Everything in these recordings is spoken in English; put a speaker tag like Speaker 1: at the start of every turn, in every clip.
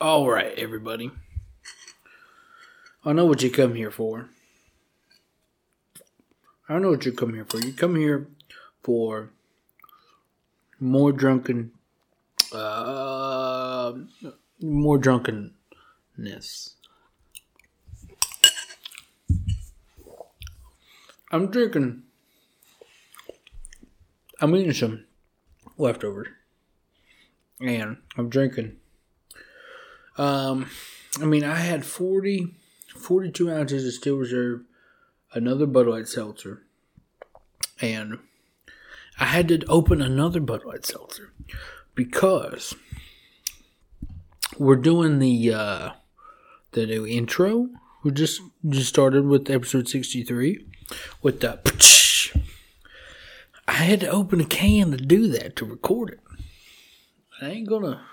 Speaker 1: All right, everybody. I know what you come here for. I know what you come here for. You come here for more drunken, uh, more drunkenness. I'm drinking. I'm eating some leftovers, and I'm drinking. Um, I mean, I had 40, 42 ounces of Steel Reserve, another Bud Light Seltzer, and I had to open another Bud Light Seltzer because we're doing the uh, the new intro. We just just started with episode sixty three with the. I had to open a can to do that to record it. I ain't gonna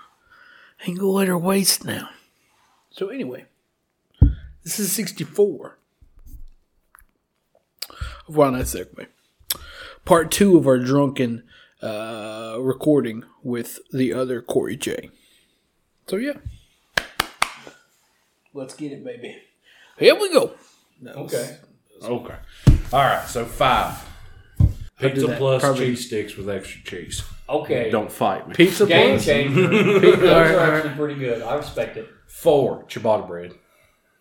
Speaker 1: ain't gonna let her waste now. So anyway, this is sixty four of why not segue. Part two of our drunken uh, recording with the other Corey J. So yeah, let's get it, baby. Here we go. That was-
Speaker 2: Okay. Okay. All right. So five.
Speaker 1: do
Speaker 2: Pizza
Speaker 1: that.
Speaker 2: plus
Speaker 1: Probably-
Speaker 2: cheese sticks with extra cheese.
Speaker 3: Okay.
Speaker 2: Don't fight me.
Speaker 1: Pizza
Speaker 3: Game
Speaker 1: plus
Speaker 3: changer. Those
Speaker 1: Alright,
Speaker 3: are
Speaker 1: alright.
Speaker 3: actually pretty good. I respect it.
Speaker 2: Four ciabatta bread.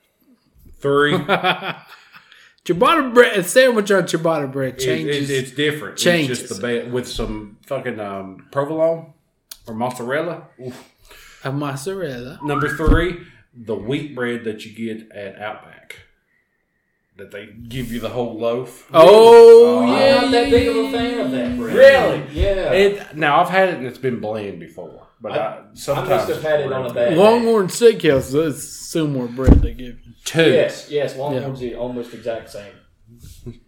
Speaker 2: Three. it-
Speaker 1: ciabatta bread. A sandwich on ciabatta bread
Speaker 2: it-
Speaker 1: changes.
Speaker 2: it's different.
Speaker 1: Changes.
Speaker 2: It's just the ba- with some fucking um, provolone or mozzarella. Oof.
Speaker 1: a mozzarella.
Speaker 2: Number three, the wheat bread that you get at Outback. That they give you the whole loaf.
Speaker 1: Oh,
Speaker 2: Oh,
Speaker 1: yeah,
Speaker 3: I'm not that big of a fan of that bread.
Speaker 2: Really?
Speaker 3: Yeah.
Speaker 2: It, now I've had it and it's been bland before, but I, sometimes
Speaker 3: must have had it on a bad-
Speaker 1: Longhorn Steakhouse. That's similar bread they give. you.
Speaker 2: Two
Speaker 3: yes, yes. Longhorns are almost exact same.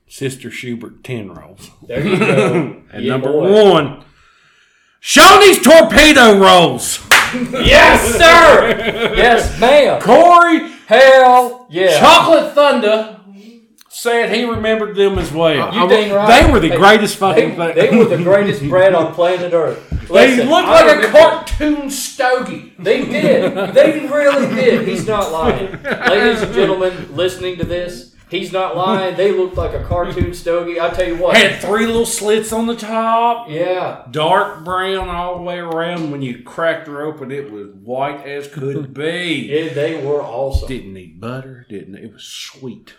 Speaker 2: Sister Schubert ten rolls.
Speaker 3: There you go.
Speaker 2: And
Speaker 3: Yeah,
Speaker 2: number
Speaker 3: boy.
Speaker 2: one, Shoney's torpedo rolls.
Speaker 3: Yes, sir. yes, ma'am.
Speaker 2: Corey
Speaker 3: Hell yeah.
Speaker 2: Chocolate Thunder said he remembered them as well.
Speaker 3: You dang right.
Speaker 2: they were the
Speaker 3: Hey,
Speaker 2: greatest
Speaker 3: They,
Speaker 2: fucking thing.
Speaker 3: they were the greatest bread on planet Earth.
Speaker 2: They
Speaker 3: Listen,
Speaker 2: looked like
Speaker 3: I
Speaker 2: a
Speaker 3: remember-
Speaker 2: cartoon stogie.
Speaker 3: They did. They really did. He's not lying. Ladies and gentlemen listening to this, he's not lying. They looked like a cartoon stogie. I tell you what.
Speaker 2: Had three little slits on the top,
Speaker 3: Yeah.
Speaker 2: dark brown all the way around. When you cracked her open, it was white as could be.
Speaker 3: yeah they were awesome.
Speaker 2: Didn't need butter. Didn't. It was sweet.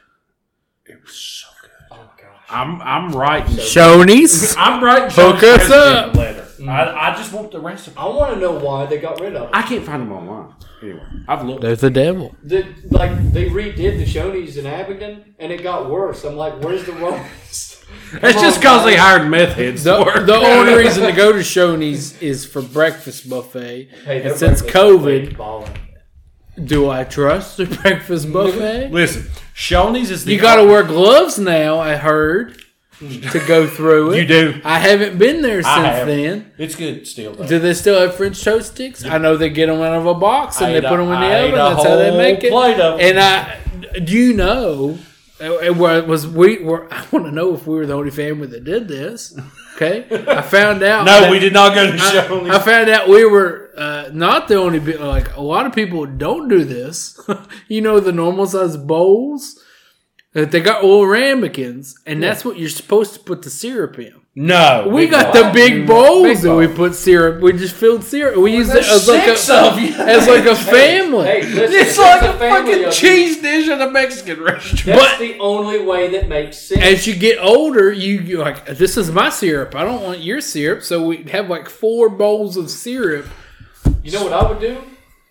Speaker 2: It was so good.
Speaker 3: Oh, my gosh.
Speaker 2: I'm I'm writing.
Speaker 1: Shoney's.
Speaker 2: I'm writing.
Speaker 1: Hook
Speaker 2: John's
Speaker 1: us
Speaker 2: president
Speaker 1: up.
Speaker 2: Letter. I, I just want the recipe.
Speaker 3: I want to know why they got rid of it.
Speaker 2: I can't find them online. Anyway, I've looked.
Speaker 1: There's the devil.
Speaker 3: The, like they redid the Shoney's in Abingdon, and it got worse. I'm like, where's the worst?
Speaker 2: It's just because they hired meth heads.
Speaker 1: The,
Speaker 2: to work.
Speaker 1: the only reason to go to Shoney's is for breakfast buffet.
Speaker 3: Hey,
Speaker 1: and
Speaker 3: their
Speaker 1: since
Speaker 3: breakfast
Speaker 1: COVID,
Speaker 3: buffet balling.
Speaker 1: do I trust the breakfast buffet?
Speaker 2: Listen, Shoney's is the
Speaker 1: you got to wear gloves now. I heard to go through it.
Speaker 2: You do.
Speaker 1: I haven't been there
Speaker 2: I
Speaker 1: since
Speaker 2: have.
Speaker 1: then.
Speaker 2: It's good still. Though.
Speaker 1: Do they still have French toast sticks? I know they get them out of a box and
Speaker 2: I
Speaker 1: they
Speaker 2: ate
Speaker 1: put
Speaker 2: a-
Speaker 1: them in the
Speaker 2: I
Speaker 1: oven.
Speaker 2: ate a
Speaker 1: That's how they
Speaker 2: whole
Speaker 1: make it.
Speaker 2: plate of 'em.
Speaker 1: and I, do you know? It wa- it was we were. I want to know if we were the only family that did this. Okay, I found out.
Speaker 2: No,
Speaker 1: that-
Speaker 2: we did not go to Shoney's.
Speaker 1: I, I found out we were uh, not the only. Be- like a lot of people don't do this. you know the normal size bowls that they got little ramekins, and that's what you're supposed to put the syrup in.
Speaker 2: no,
Speaker 1: We got
Speaker 2: did
Speaker 1: the
Speaker 3: Mm.
Speaker 1: big bowls
Speaker 2: Big
Speaker 1: and we put syrup. We just filled syrup. We used
Speaker 2: not.
Speaker 1: it as
Speaker 2: There's
Speaker 1: like
Speaker 2: six
Speaker 1: a
Speaker 2: of you.
Speaker 1: as like a family.
Speaker 3: Hey, listen,
Speaker 2: It's
Speaker 3: it's
Speaker 2: like
Speaker 3: a
Speaker 2: a
Speaker 3: family
Speaker 2: fucking
Speaker 3: of
Speaker 2: cheese dish at a Mexican restaurant.
Speaker 3: That's
Speaker 1: but-
Speaker 3: the only way that makes sense.
Speaker 1: As you get older, you you're like this is my syrup. I don't want your syrup. So we have like four bowls of syrup.
Speaker 3: You know what I would do?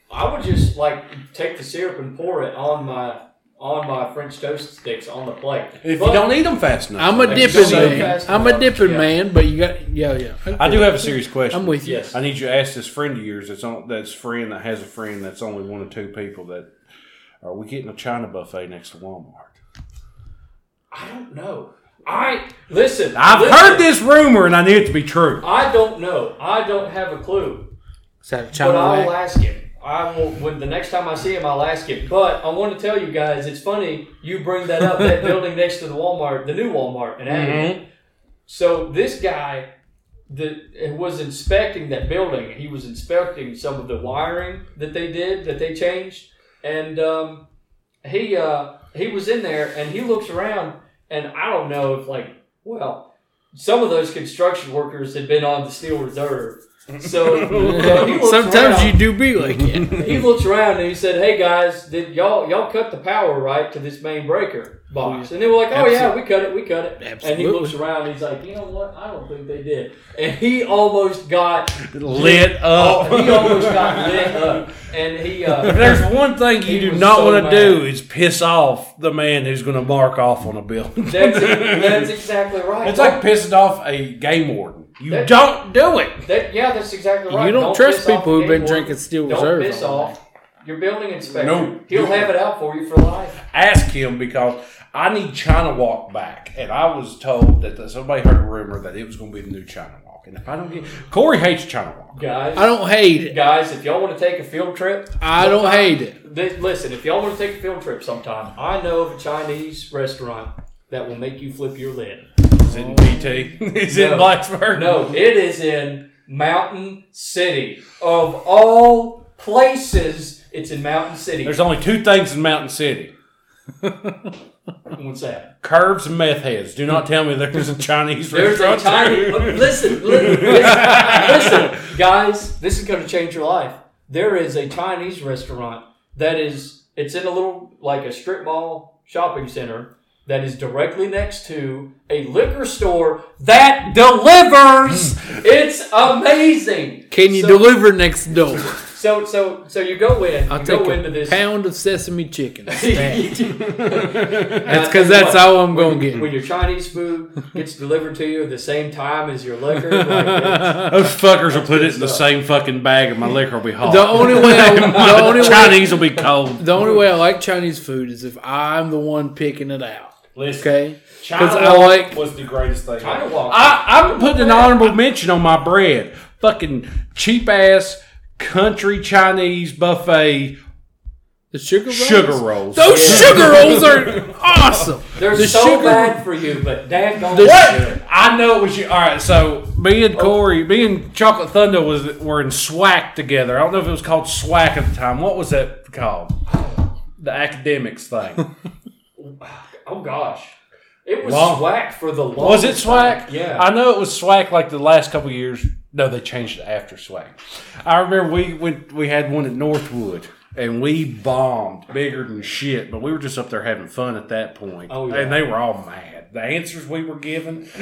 Speaker 3: I would just like take the syrup and pour it on my on my French toast sticks on the plate.
Speaker 2: If
Speaker 3: But
Speaker 2: you don't eat them fast enough,
Speaker 1: I'm a
Speaker 2: they-
Speaker 1: dipping
Speaker 3: so
Speaker 1: man.
Speaker 3: fast
Speaker 1: I'm a
Speaker 3: enough.
Speaker 1: dipping
Speaker 3: Yeah.
Speaker 1: man. But you got yeah yeah.
Speaker 2: I do have a serious question.
Speaker 1: I'm with you.
Speaker 3: Yes.
Speaker 2: I need you to ask this friend of yours that's on that's friend that has a friend that's only one or two people that are we getting a China buffet next to Walmart?
Speaker 3: I don't know. I listen.
Speaker 2: I've
Speaker 3: listen,
Speaker 2: heard this rumor and I knew it to be true.
Speaker 3: I don't know. I don't have a clue.
Speaker 1: Is that a
Speaker 3: But
Speaker 1: China
Speaker 3: I will
Speaker 1: wax?
Speaker 3: ask him. I will when the next time I see him, I'll ask him. But I want to tell you guys, it's funny you bring that up.
Speaker 1: Mm-hmm.
Speaker 3: Mm-hmm. that building next to the Walmart, the new Walmart, and
Speaker 2: Mhm.
Speaker 3: So this guy that was inspecting that building. He was inspecting some of the wiring that they did that they changed, and um, he uh, he was in there and he looks around and I don't know if like well some of those construction workers had been on the steel reserve. So, so he looks
Speaker 1: Sometimes
Speaker 3: around-
Speaker 1: you do be like it.
Speaker 3: he looks around and he said, "Hey guys, did y'all y'all cut the power right to this main breaker box?" And they were like, "Oh yeah, we cut it, we cut it." And he
Speaker 1: Absolutely.
Speaker 3: looks around and he's like, "You know what? I don't think they did." And he almost got
Speaker 1: Lit
Speaker 3: oh,
Speaker 1: up.
Speaker 3: he almost got lit up. And he
Speaker 2: If
Speaker 3: uh,
Speaker 2: there's one thing you
Speaker 3: He
Speaker 2: do
Speaker 3: was
Speaker 2: not
Speaker 3: so
Speaker 2: want to
Speaker 3: mad.
Speaker 2: do is piss off the man who's going to mark off on a bill.
Speaker 3: that's that's exactly right.
Speaker 2: It's like pissing off a game warden. You
Speaker 3: That-
Speaker 2: don't do it.
Speaker 3: that, yeah, that's exactly right.
Speaker 1: You don't trust
Speaker 3: piss off
Speaker 1: people who've been
Speaker 3: anyone.
Speaker 1: drinking Steel
Speaker 3: Don't
Speaker 1: Reserve
Speaker 3: piss
Speaker 1: all
Speaker 3: off your building inspector.
Speaker 2: No.
Speaker 3: He'll have it out for you for life.
Speaker 2: Ask him because I need China Walk back, and I was told that that somebody heard a rumor that it was going to be the new China Walk, and if I don't get Corey hates China Walk.
Speaker 3: Guys,
Speaker 1: I don't hate it.
Speaker 3: guys, if y'all want to take a field trip,
Speaker 1: I don't hate it.
Speaker 3: Th- Listen, if y'all want to take a field trip sometime, I know of a Chinese restaurant that will make you flip your lid.
Speaker 2: Is it in PT? Is it
Speaker 3: No.
Speaker 2: in Blacksburg?
Speaker 3: No, it is in Mountain City. Of all places, it's in Mountain City.
Speaker 2: There's only two things in Mountain City:
Speaker 3: What's that?
Speaker 2: curves and meth heads. Do not tell me there's a Chinese
Speaker 3: There's a
Speaker 2: restaurant.
Speaker 3: tiny. Oh,
Speaker 2: there.
Speaker 3: Listen, li- listen, listen, guys. This is going to change your life. There is a Chinese restaurant that is. It's in a little like a strip mall shopping center that is directly next to a liquor store that delivers. it's amazing.
Speaker 1: Hmm. Can you
Speaker 3: so,
Speaker 1: deliver next door?
Speaker 3: So so so you go in.
Speaker 1: I'll
Speaker 3: you
Speaker 1: take
Speaker 3: go
Speaker 1: a
Speaker 3: into this.
Speaker 1: pound of sesame chicken.
Speaker 3: That's
Speaker 1: Because that's all I'm gonna get.
Speaker 3: When your Chinese food gets delivered to you at the same time as your liquor, like, it's-
Speaker 2: Those fuckers will put it in the
Speaker 3: stuff.
Speaker 2: same fucking bag, and my liquor will be hot.
Speaker 1: The only way, I, the only way,
Speaker 2: Chinese will be cold.
Speaker 1: the only way I like Chinese food is if I'm the one picking it out.
Speaker 2: Listen,
Speaker 1: Okay, because I like
Speaker 2: was the greatest thing.
Speaker 3: China walk.
Speaker 2: I, I'm putting an honorable mention on my bread. Fucking cheap ass country Chinese buffet
Speaker 1: the sugar rolls.
Speaker 2: sugar rolls.
Speaker 1: Those sugar rolls are awesome.
Speaker 3: They're
Speaker 1: The
Speaker 3: so
Speaker 1: sugar-
Speaker 3: bad for you, but damn, don't
Speaker 2: what? I know it was you. All right, so me and Corey, me and Chocolate Thunder was were in SWAC together. I don't know if it was called SWAC at the time. What was that called? The academics thing.
Speaker 3: Oh gosh, it was
Speaker 2: Long-
Speaker 3: swack for the long.
Speaker 2: Was it SWAC?
Speaker 3: Yeah.
Speaker 2: I know it was SWAC like the last couple of years. No, they changed it after SWAC. I remember we went, we had one at Northwood and we bombed bigger than shit, but we were just up there having fun at that point.
Speaker 3: Oh, yeah.
Speaker 2: And they were all mad. The answers we were given.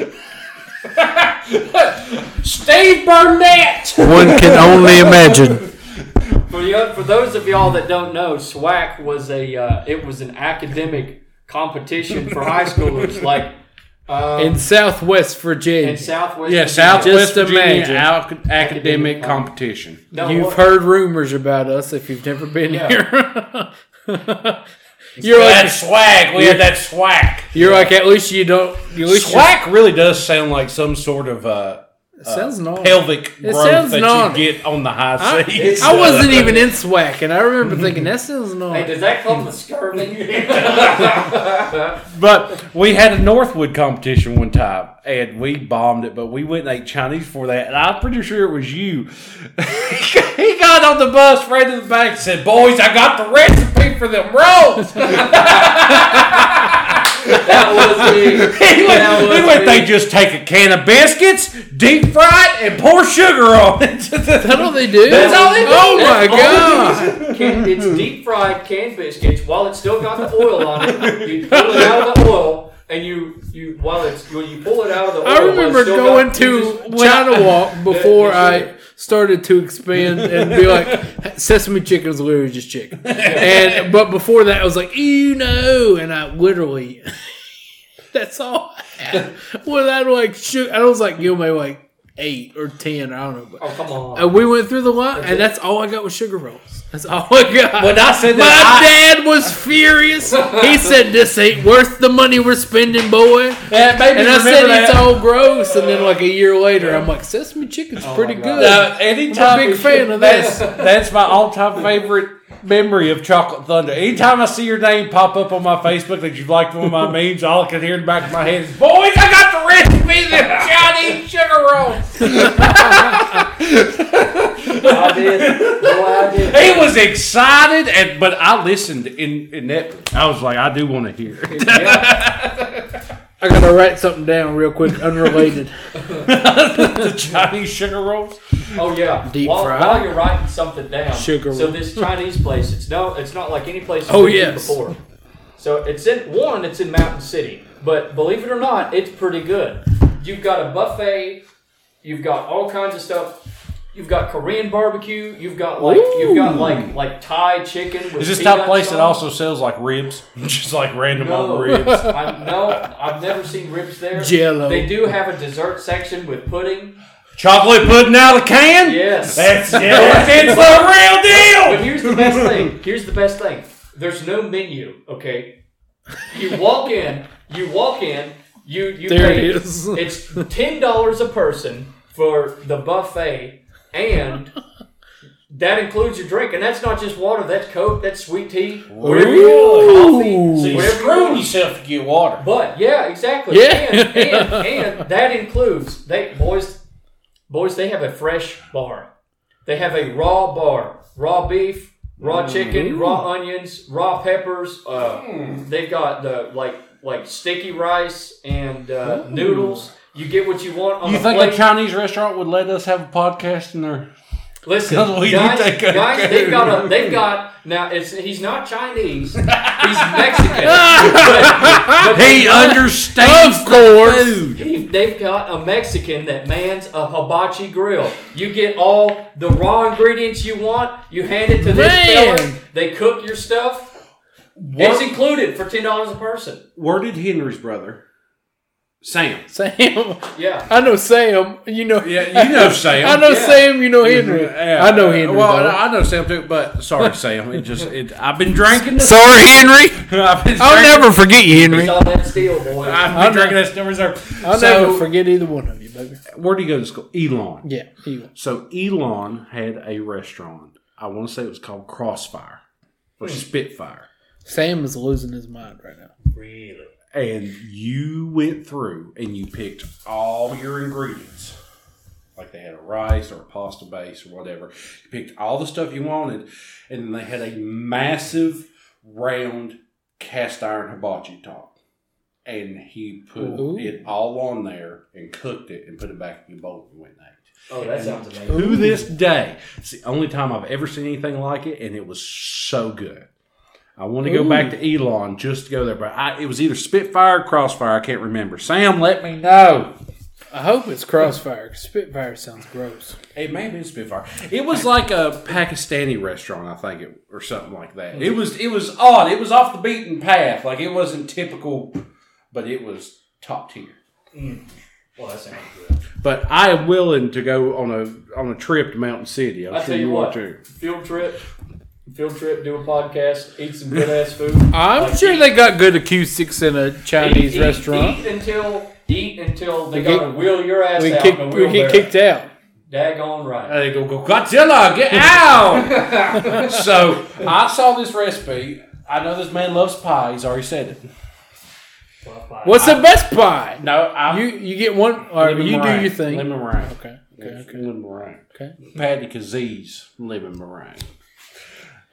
Speaker 2: Steve Burnett!
Speaker 1: One can only imagine.
Speaker 3: for the, for those of y'all that don't know, SWAC was a uh, it was an academic competition for high schoolers, like um,
Speaker 1: In Southwest
Speaker 3: in,
Speaker 1: Virginia,
Speaker 3: Southwest.
Speaker 2: Yeah,
Speaker 3: Virginia.
Speaker 1: Just
Speaker 2: Southwest Virginia
Speaker 1: imagine.
Speaker 2: ac- academic competition.
Speaker 3: No,
Speaker 1: you've
Speaker 3: what-
Speaker 1: heard rumors about us if you've never been
Speaker 3: Yeah.
Speaker 1: here. you're like,
Speaker 2: swag. We
Speaker 1: had
Speaker 2: that swag.
Speaker 1: you're like, at least you don't. At least you-
Speaker 2: Swag really does sound like some sort of uh,
Speaker 1: sounds naughty.
Speaker 2: pelvic growth
Speaker 1: sounds
Speaker 2: that
Speaker 1: naughty.
Speaker 2: you get on the high
Speaker 1: I,
Speaker 2: seas.
Speaker 1: I wasn't even in SWAC, and I remember thinking that sounds not.
Speaker 3: Hey, does that come with skirting?
Speaker 2: But we had a Northwood competition one time, and we bombed it. But we went and ate Chinese for that, and I'm pretty sure it was you. he got on the bus, ran to the back, and said, "Boys, I got the recipe for them rolls."
Speaker 3: that was me.
Speaker 2: He
Speaker 3: That
Speaker 2: went,
Speaker 3: was
Speaker 2: he went,
Speaker 3: me.
Speaker 2: they just take a can of biscuits, deep fry it, and pour sugar on it.
Speaker 1: That's all they do.
Speaker 2: That's all they do.
Speaker 1: Oh my
Speaker 3: That's all
Speaker 1: god!
Speaker 3: Can, it's deep fried canned biscuits while it's still got the oil on it. You pull it out of the oil and you, you while it's when you pull it out of the oil.
Speaker 1: I
Speaker 3: while it's
Speaker 1: remember
Speaker 3: still
Speaker 1: going
Speaker 3: got- you
Speaker 1: to
Speaker 3: just-
Speaker 1: China Walk before
Speaker 3: you
Speaker 1: I
Speaker 3: should.
Speaker 1: started to expand and be like, sesame chicken is literally just chicken. And but before that, I was like, you know, and I literally, that's all. I had. Well, I like shook. I was like, you may like eight or ten. I don't know. But
Speaker 3: Oh come on!
Speaker 1: And we went through the line, and that's all I got was sugar rolls. That's all I got.
Speaker 2: When I said
Speaker 1: My
Speaker 2: that, I-
Speaker 1: dad was furious. He said, "This ain't worth the money we're spending, boy."
Speaker 2: That made me
Speaker 1: And I
Speaker 2: remember
Speaker 1: said
Speaker 2: that.
Speaker 1: it's all gross, and then like a year later, I'm like, "Sesame chicken's pretty
Speaker 3: God.
Speaker 1: good."
Speaker 2: Uh, anytime
Speaker 1: I'm a big fan of
Speaker 2: that's,
Speaker 1: this.
Speaker 2: That's my all-time favorite memory of Chocolate Thunder. Anytime I see your name pop up on my Facebook that you've liked one of my memes, all I can hear in the back of my head is, "Boys, I got the recipe for them Chinese sugar rolls."
Speaker 3: I did. Boy, I did.
Speaker 2: He was excited, and but I listened in in that. I was like, I do want to hear. it.
Speaker 3: Yeah.
Speaker 1: I gotta write something down real quick, unrelated.
Speaker 2: the Chinese sugar rolls.
Speaker 3: Oh yeah.
Speaker 1: Deep
Speaker 3: while,
Speaker 1: fried.
Speaker 3: while you're writing something down.
Speaker 1: Sugar
Speaker 3: So
Speaker 1: roll.
Speaker 3: this Chinese place, it's no, it's not like any place.
Speaker 1: Oh,
Speaker 3: we've been
Speaker 1: yes.
Speaker 3: Before. So it's in one. It's in Mountain City, but believe it or not, it's pretty good. You've got a buffet. You've got all kinds of stuff. You've got Korean barbecue. You've got like you've got like like Thai chicken. With
Speaker 2: Is this
Speaker 3: peanuts
Speaker 2: type of place
Speaker 3: on
Speaker 2: that
Speaker 3: it.
Speaker 2: also sells like ribs, just like random
Speaker 3: No.
Speaker 2: old ribs?
Speaker 3: I, no, I've never seen ribs there.
Speaker 1: Jell-O.
Speaker 3: They do have a dessert section with pudding.
Speaker 2: Chocolate pudding out of the can.
Speaker 3: Yes.
Speaker 2: that's yeah, it's the real
Speaker 3: But
Speaker 2: deal.
Speaker 3: here's the best thing. Here's the best thing. There's no menu. Okay. You walk in. You walk in. You you
Speaker 1: There
Speaker 3: pay.
Speaker 1: it is.
Speaker 3: It's ten dollars a person for the buffet, and that includes your drink. And that's not just water. That's Coke. That's sweet tea. Whatever you want.
Speaker 1: Ooh.
Speaker 3: Coffee.
Speaker 1: So
Speaker 2: You
Speaker 3: whatever you
Speaker 2: screwed
Speaker 3: want.
Speaker 2: yourself to get water.
Speaker 3: But yeah, exactly.
Speaker 1: Yeah.
Speaker 3: And, and, and that includes they boys boys they have a fresh bar. They have a raw bar. Raw beef, raw
Speaker 2: Mm.
Speaker 3: chicken, raw onions, raw peppers. Uh, They've got the like like sticky rice and uh, noodles. You get what you want on
Speaker 2: You
Speaker 3: the
Speaker 2: think
Speaker 3: plate.
Speaker 2: a Chinese restaurant would let us have a podcast in their
Speaker 3: Listen,
Speaker 2: That's what you
Speaker 3: guys,
Speaker 2: think I
Speaker 3: guys,
Speaker 2: do.
Speaker 3: they've got a, they've got now. It's he's not Chinese. He's Mexican. But- but
Speaker 2: He
Speaker 3: they've got-
Speaker 2: understands of Ah! course. food.
Speaker 3: He- They've got a Mexican that mans a hibachi grill. You get all the raw ingredients you want. You hand it to this
Speaker 1: Man.
Speaker 3: fella. They cook your stuff. It's included for ten dollars a person.
Speaker 2: Where did Henry's brother, Sam?
Speaker 1: Sam,
Speaker 3: Yeah.
Speaker 1: I know Sam. You know,
Speaker 2: Yeah, you know Sam.
Speaker 1: I know
Speaker 3: yeah.
Speaker 1: Sam. You know Henry.
Speaker 2: Yeah.
Speaker 1: I know Henry.
Speaker 2: Well,
Speaker 1: though.
Speaker 2: I know Sam too, but sorry, Sam. It just it, I've been drinking. This,
Speaker 4: Sorry, Henry.
Speaker 2: I've been
Speaker 4: I'll
Speaker 2: drinking-
Speaker 4: never forget you,
Speaker 3: It's
Speaker 4: Henry.
Speaker 3: all that steel, boy.
Speaker 2: I've been
Speaker 1: I'll
Speaker 2: drinking this number reserve.
Speaker 1: I'll
Speaker 2: so,
Speaker 1: never forget either one of you, baby.
Speaker 2: Where do you go to school? Elon.
Speaker 1: Yeah, he was.
Speaker 2: So Elon had a restaurant. I want to say it was called Crossfire or Spitfire.
Speaker 1: Sam is losing his mind right now.
Speaker 3: really?
Speaker 2: and you went through and you picked all your ingredients. Like they had a rice or a pasta base or whatever. You picked all the stuff you wanted, and they had a massive round cast iron hibachi top. And he put
Speaker 1: Ooh.
Speaker 2: it all on there and cooked it and put it back in your bowl and went and ate.
Speaker 3: Oh, that sounds amazing.
Speaker 2: To this day, it's the only time I've ever seen anything like it, and it was so good. I want to go
Speaker 1: Ooh.
Speaker 2: back to Elon just to go there, but I, it was either Spitfire or Crossfire. I can't remember. Sam, let me know.
Speaker 1: I hope it's Crossfire. 'cause Spitfire sounds gross.
Speaker 2: It may have been Spitfire. It was like a Pakistani restaurant, I think, it, or something like
Speaker 3: Hmm.
Speaker 2: that. It was it was odd. It was off the beaten path. Like it wasn't typical, but it was top tier.
Speaker 3: Well, that sounds good.
Speaker 2: But I am willing to go on a on a trip to Mountain City. I'm
Speaker 3: I
Speaker 2: sure
Speaker 3: tell you
Speaker 2: you are
Speaker 3: what,
Speaker 2: too.
Speaker 3: field trip, field trip, do a podcast, eat some good ass food.
Speaker 1: I'm
Speaker 3: Like,
Speaker 1: sure they got good acoustics in a Chinese
Speaker 3: eat, eat-
Speaker 1: restaurant.
Speaker 3: Eat until eat until they
Speaker 1: We
Speaker 3: gotta
Speaker 1: get-
Speaker 3: wheel your ass
Speaker 1: we
Speaker 3: out.
Speaker 1: kick,
Speaker 3: in a
Speaker 1: we get
Speaker 3: wheelbarrow.
Speaker 1: kicked out.
Speaker 3: Daggone right.
Speaker 2: And they go, go, Godzilla, get out! so I saw this recipe. I know this man loves pie. He's already said it.
Speaker 1: What's the best pie?
Speaker 2: No, I.
Speaker 1: You you get one, or
Speaker 2: lemon
Speaker 1: you do
Speaker 2: meringue.
Speaker 1: your thing.
Speaker 2: Lemon meringue.
Speaker 1: Okay, okay,
Speaker 2: Yes,
Speaker 1: okay,
Speaker 2: Lemon meringue.
Speaker 1: okay.
Speaker 2: Patty Kaz's lemon meringue.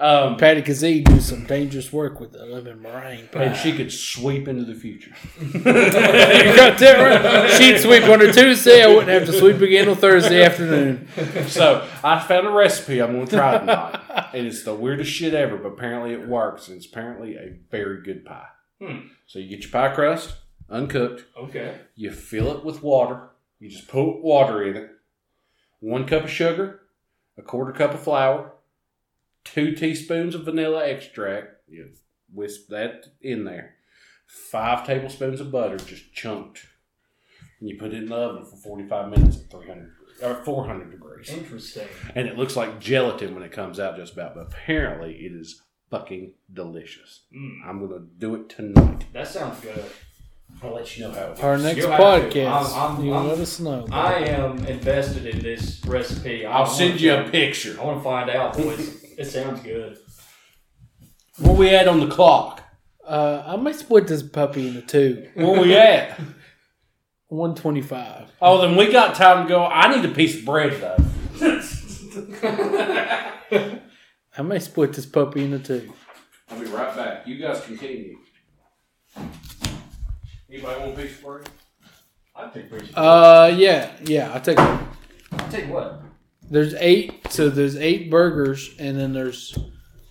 Speaker 2: Um,
Speaker 1: Patty Kazee do some dangerous work with the lemon meringue pie.
Speaker 2: and she could sweep into the future.
Speaker 1: You got that right. She'd sweep on a Tuesday. I wouldn't have to sweep again on Thursday afternoon.
Speaker 2: So I found a recipe I'm going to try tonight, and it's the weirdest shit ever. But apparently it works, and it's apparently a very good pie.
Speaker 3: Hmm.
Speaker 2: So you get your pie crust uncooked.
Speaker 1: Uh,
Speaker 3: Okay.
Speaker 2: You fill it with water. You just put water in it. One cup of sugar, a quarter cup of flour, two teaspoons of vanilla extract. You whisk that in there. Five tablespoons of butter, just chunked. And you put it in the oven for 45 minutes at 300 or 400 degrees.
Speaker 3: Interesting.
Speaker 2: And it looks like gelatin when it comes out, just about. But apparently, it is fucking delicious.
Speaker 3: Mm,
Speaker 2: I'm going to do it tonight.
Speaker 3: that sounds good.
Speaker 2: I'll let you know how it goes.
Speaker 1: Our next
Speaker 3: You'll have to.
Speaker 1: podcast,
Speaker 3: I'm- I'm-
Speaker 1: you
Speaker 3: I'm-
Speaker 1: let us know.
Speaker 3: I am invested in this recipe. I
Speaker 2: I'll
Speaker 3: wanna-
Speaker 2: send you a picture.
Speaker 3: I want to find out, boys. it sounds good.
Speaker 2: Where we at on the clock?
Speaker 1: Uh, I might split this puppy into two.
Speaker 2: Where we at?
Speaker 1: one twenty five.
Speaker 2: Oh, then we got time to go. I need a piece of bread though.
Speaker 1: I may split this puppy into two.
Speaker 2: I'll be right back. You guys continue. Anybody want a piece of bread?
Speaker 3: I take pretty.
Speaker 1: Uh, yeah, yeah. I take.
Speaker 3: take what?
Speaker 1: There's eight. So there's eight burgers, and then there's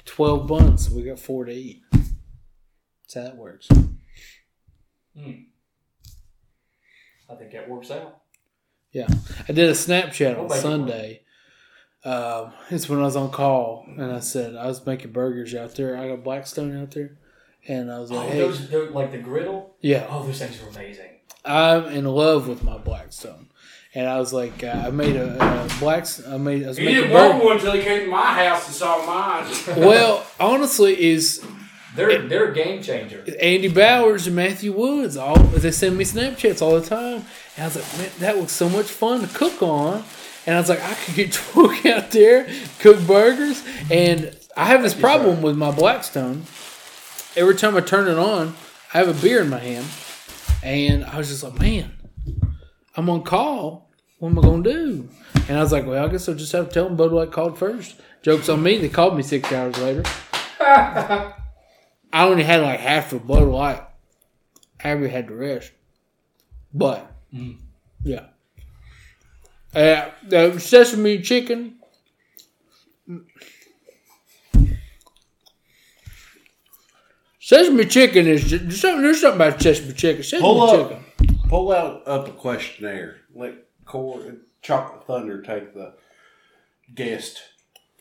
Speaker 1: twelve buns. So we got four to eat. That's how that works.
Speaker 3: I think that works out.
Speaker 1: I did a Snapchat on
Speaker 3: Nobody-
Speaker 1: Sunday. Um, it's when I was on call, and I said I was making burgers out there. I got Blackstone out there, and I was like,
Speaker 3: Oh,
Speaker 1: "Hey,
Speaker 3: those, those like the griddle.
Speaker 1: yeah,
Speaker 3: Oh, those things are amazing.
Speaker 1: I'm in love with my Blackstone." And I was like, uh, "I made a, uh Blacks. I made. I was
Speaker 2: You
Speaker 1: making
Speaker 2: didn't want
Speaker 1: burgers.
Speaker 2: one until he came to my house and saw mine.
Speaker 1: Well, honestly, is
Speaker 3: They're they're a game changer.
Speaker 1: Andy Bowers and Matthew Woods. All they send me Snapchats all the time, and I was like, man, that was so much fun to cook on. And I was like, I could get to work out there, cook burgers, and I have this problem with my Blackstone. Every time I turn it on, I have a beer in my hand, and I was just like, man, I'm on call. What am I gonna do? And I was like, well, I guess I'll just have to tell them Bud Light called first. Jokes on me. They called me six hours later. I only had like half a Bud Light. Abby had the rest, but
Speaker 2: Mm.
Speaker 1: yeah, uh, the sesame chicken. Sesame chicken is ju- there's something. There's something about sesame chicken. Sesame
Speaker 2: Hold up.
Speaker 1: chicken.
Speaker 2: Pull out up a questionnaire. Let Cor- Chocolate Thunder take the guest.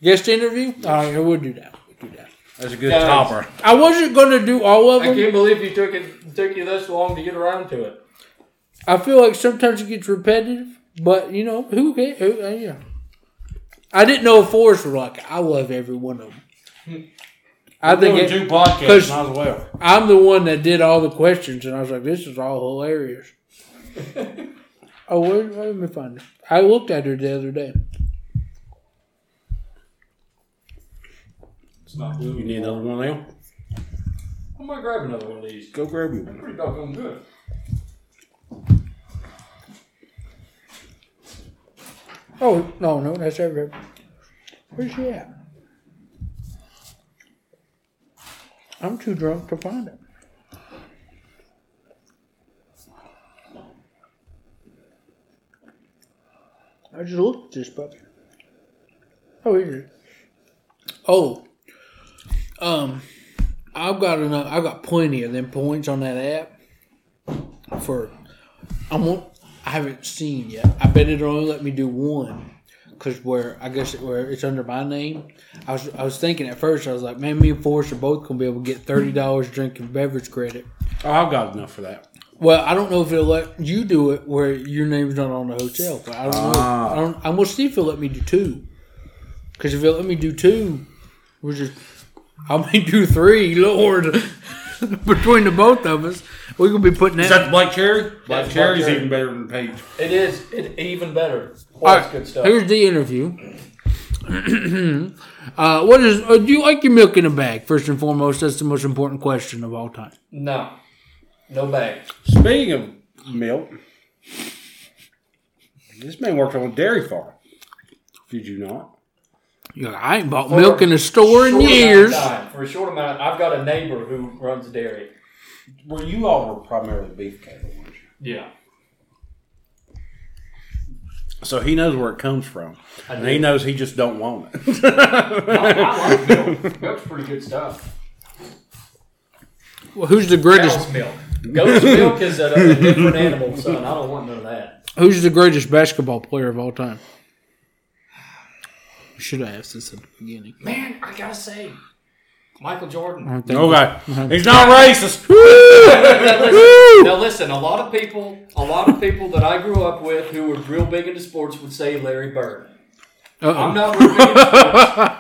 Speaker 1: Guest interview. All right, we'll do that. We'll do that.
Speaker 2: That's a good
Speaker 3: Guys.
Speaker 2: topper.
Speaker 1: I wasn't going to do all of
Speaker 3: I
Speaker 1: them.
Speaker 3: can't believe you took it took you this long to get around to it.
Speaker 1: I feel like sometimes it gets repetitive, but you know who cares? Who, uh, yeah. I didn't know if Forrest would like. it. I love every one of them. I think
Speaker 2: Doing
Speaker 1: it,
Speaker 2: two podcasts, might as
Speaker 1: 'cause-
Speaker 2: well.
Speaker 1: I'm the one that did all the questions, and I was like, "This is all hilarious." oh, wait, wait, let me find it. I looked at her the other day.
Speaker 3: It's not
Speaker 2: You
Speaker 3: blue.
Speaker 2: need another one now?
Speaker 3: I'm gonna grab another one of these.
Speaker 2: Go grab me one.
Speaker 3: Pretty doggone good.
Speaker 1: Oh no, no, that's every. Where's she at? I'm too drunk to find it. I just looked at this puppy. Oh, here it is. Oh, um, I've got enough. I've got plenty of them points on that app for. I won't. I haven't seen yet. I bet it'll only let me do one. Cause where I guess it, where it's under my name, I was I was thinking at first I was like, man, me and Forrest are both gonna be able to get thirty dollars drinking beverage credit.
Speaker 2: Oh, I've got enough for that.
Speaker 1: Well, I don't know if it'll let you do it where your name's not on the hotel, but I don't know.
Speaker 2: Ah.
Speaker 1: I don't, I'm gonna see if it'll let me do two. Cause if it'll let me do two, we're just I may do three. Lord, between the both of us, we're gonna be putting
Speaker 2: Is
Speaker 1: that.
Speaker 2: that the black cherry? Black
Speaker 3: Black
Speaker 2: cherry's
Speaker 3: cherry.
Speaker 2: even better than peach.
Speaker 3: It is it even better. Boy,
Speaker 1: All
Speaker 3: it's
Speaker 1: right,
Speaker 3: good stuff.
Speaker 1: Here's the interview. uh, what is? Uh, do you like your milk in a bag? First and foremost, that's the most important question of all time.
Speaker 3: No. No bag.
Speaker 2: Speaking of milk, this man worked on a dairy farm. Did you not?
Speaker 1: You're like, I ain't bought milk in a store in
Speaker 3: Short amount of
Speaker 1: years.
Speaker 3: time. For a short amount, I've got a neighbor who runs a dairy.
Speaker 2: Well, you all were primarily beef cattle, weren't you?
Speaker 3: Yeah.
Speaker 2: So he knows where it comes from, and
Speaker 3: do.
Speaker 2: he knows he just don't want it.
Speaker 3: I, I like milk. Milk's pretty good stuff.
Speaker 1: Well, who's the greatest?
Speaker 3: Cow's milk. Goat's milk is a, a different animal, son. I don't want none of that.
Speaker 1: Who's the greatest basketball player of all time? Should have asked this at the beginning.
Speaker 3: Man, I gotta say, Michael Jordan.
Speaker 1: I think-
Speaker 2: Okay, he's not racist. Woo!
Speaker 3: Now listen, a lot of people, a lot of people that I grew up with who were real big into sports would say Larry Bird. I'm
Speaker 1: Uh-oh.
Speaker 3: not real big into sports.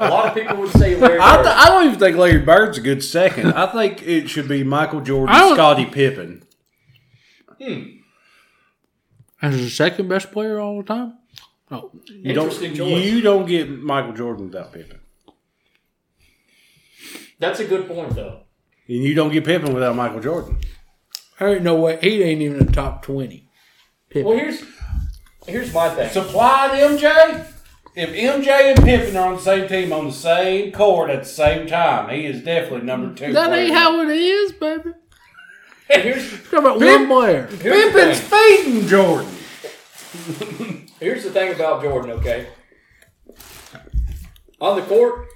Speaker 3: A lot of people would say Larry
Speaker 2: I,
Speaker 3: Bird.
Speaker 2: th- I don't even think Larry Bird's a good second. I think it should be Michael Jordan,
Speaker 1: I don't-
Speaker 2: Scottie Pippen.
Speaker 1: As the second best player of all time. Oh,
Speaker 2: You don't,
Speaker 3: Interesting choice.
Speaker 2: you don't get Michael Jordan without Pippen,
Speaker 3: That's a good point, though.
Speaker 2: and you don't get Pippen without Michael Jordan.
Speaker 1: there ain't no way. He ain't even in the top twenty. Pippen.
Speaker 3: Well, here's here's my thing.
Speaker 2: Supply and MJ. If MJ and Pippen are on the same team on the same court at the same time, he is definitely number two.
Speaker 1: that
Speaker 2: player.
Speaker 1: ain't how it is, baby.
Speaker 3: here's
Speaker 1: Talk about
Speaker 2: Pip-
Speaker 1: one player.
Speaker 3: here's the
Speaker 2: Pippen's
Speaker 3: thing.
Speaker 2: feeding Jordan.
Speaker 3: Here's the thing about Jordan, okay? On the court,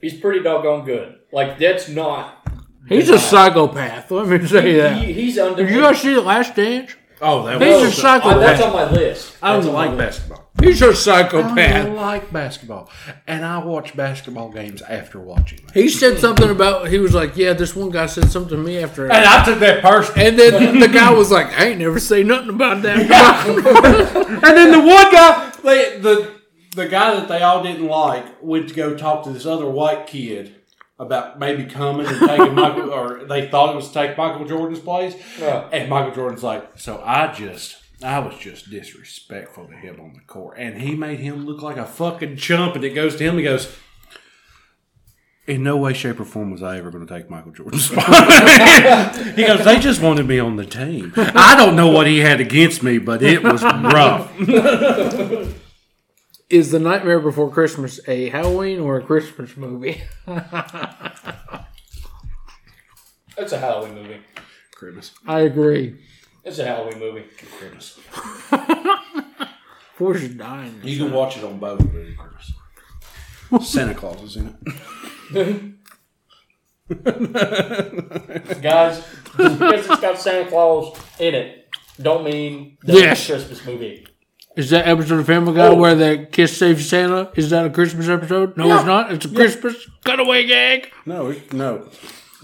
Speaker 3: he's pretty doggone good. Like that's not
Speaker 1: He's a psychopath. Let me say that.
Speaker 3: he, he's under.
Speaker 1: Did you guys see the last dance?
Speaker 2: Oh, that
Speaker 1: He's a
Speaker 2: was. I
Speaker 3: Uh, that's
Speaker 1: psychopath.
Speaker 3: on my list.
Speaker 2: I
Speaker 3: That's
Speaker 2: don't
Speaker 3: on my
Speaker 2: like
Speaker 3: list.
Speaker 2: basketball.
Speaker 1: He's a
Speaker 2: I
Speaker 1: psychopath.
Speaker 2: don't like basketball, and I watch basketball games after watching.
Speaker 1: He said something about he was like, yeah, this one guy said something to me after.
Speaker 2: And I took that personally.
Speaker 1: And then the guy was like, I ain't never say nothing about that.
Speaker 2: And then the one guy, they, the the guy that they all didn't like, went to go talk to this other white kid about maybe coming and taking Michael, or they thought it was to take Michael Jordan's place.
Speaker 3: Yeah.
Speaker 2: And Michael Jordan's like, so I just. I was just disrespectful to him on the court, and he made him look like a fucking chump. And it goes to him, he goes, "In no way, shape, or form was I ever going to take Michael Jordan's spot." he goes, "They just wanted me on the team. I don't know what he had against me, but it was rough."
Speaker 1: Is The Nightmare Before Christmas a Halloween or a Christmas movie?
Speaker 3: That's a Halloween movie.
Speaker 2: Grimace.
Speaker 1: I agree.
Speaker 3: It's a Halloween movie.
Speaker 2: Grimace.
Speaker 1: Force is dying.
Speaker 2: You can watch it on both of them, Grimace. Santa Claus is in it.
Speaker 3: Guys, just because it's got Santa Claus in it, don't mean that
Speaker 1: Yes.
Speaker 3: it's a Christmas movie.
Speaker 1: Is that episode of Family Guy
Speaker 3: Oh.
Speaker 1: where the kiss saves Santa? Is that a Christmas episode? No, it's not. It's a Christmas cutaway gag.
Speaker 2: No, it, no.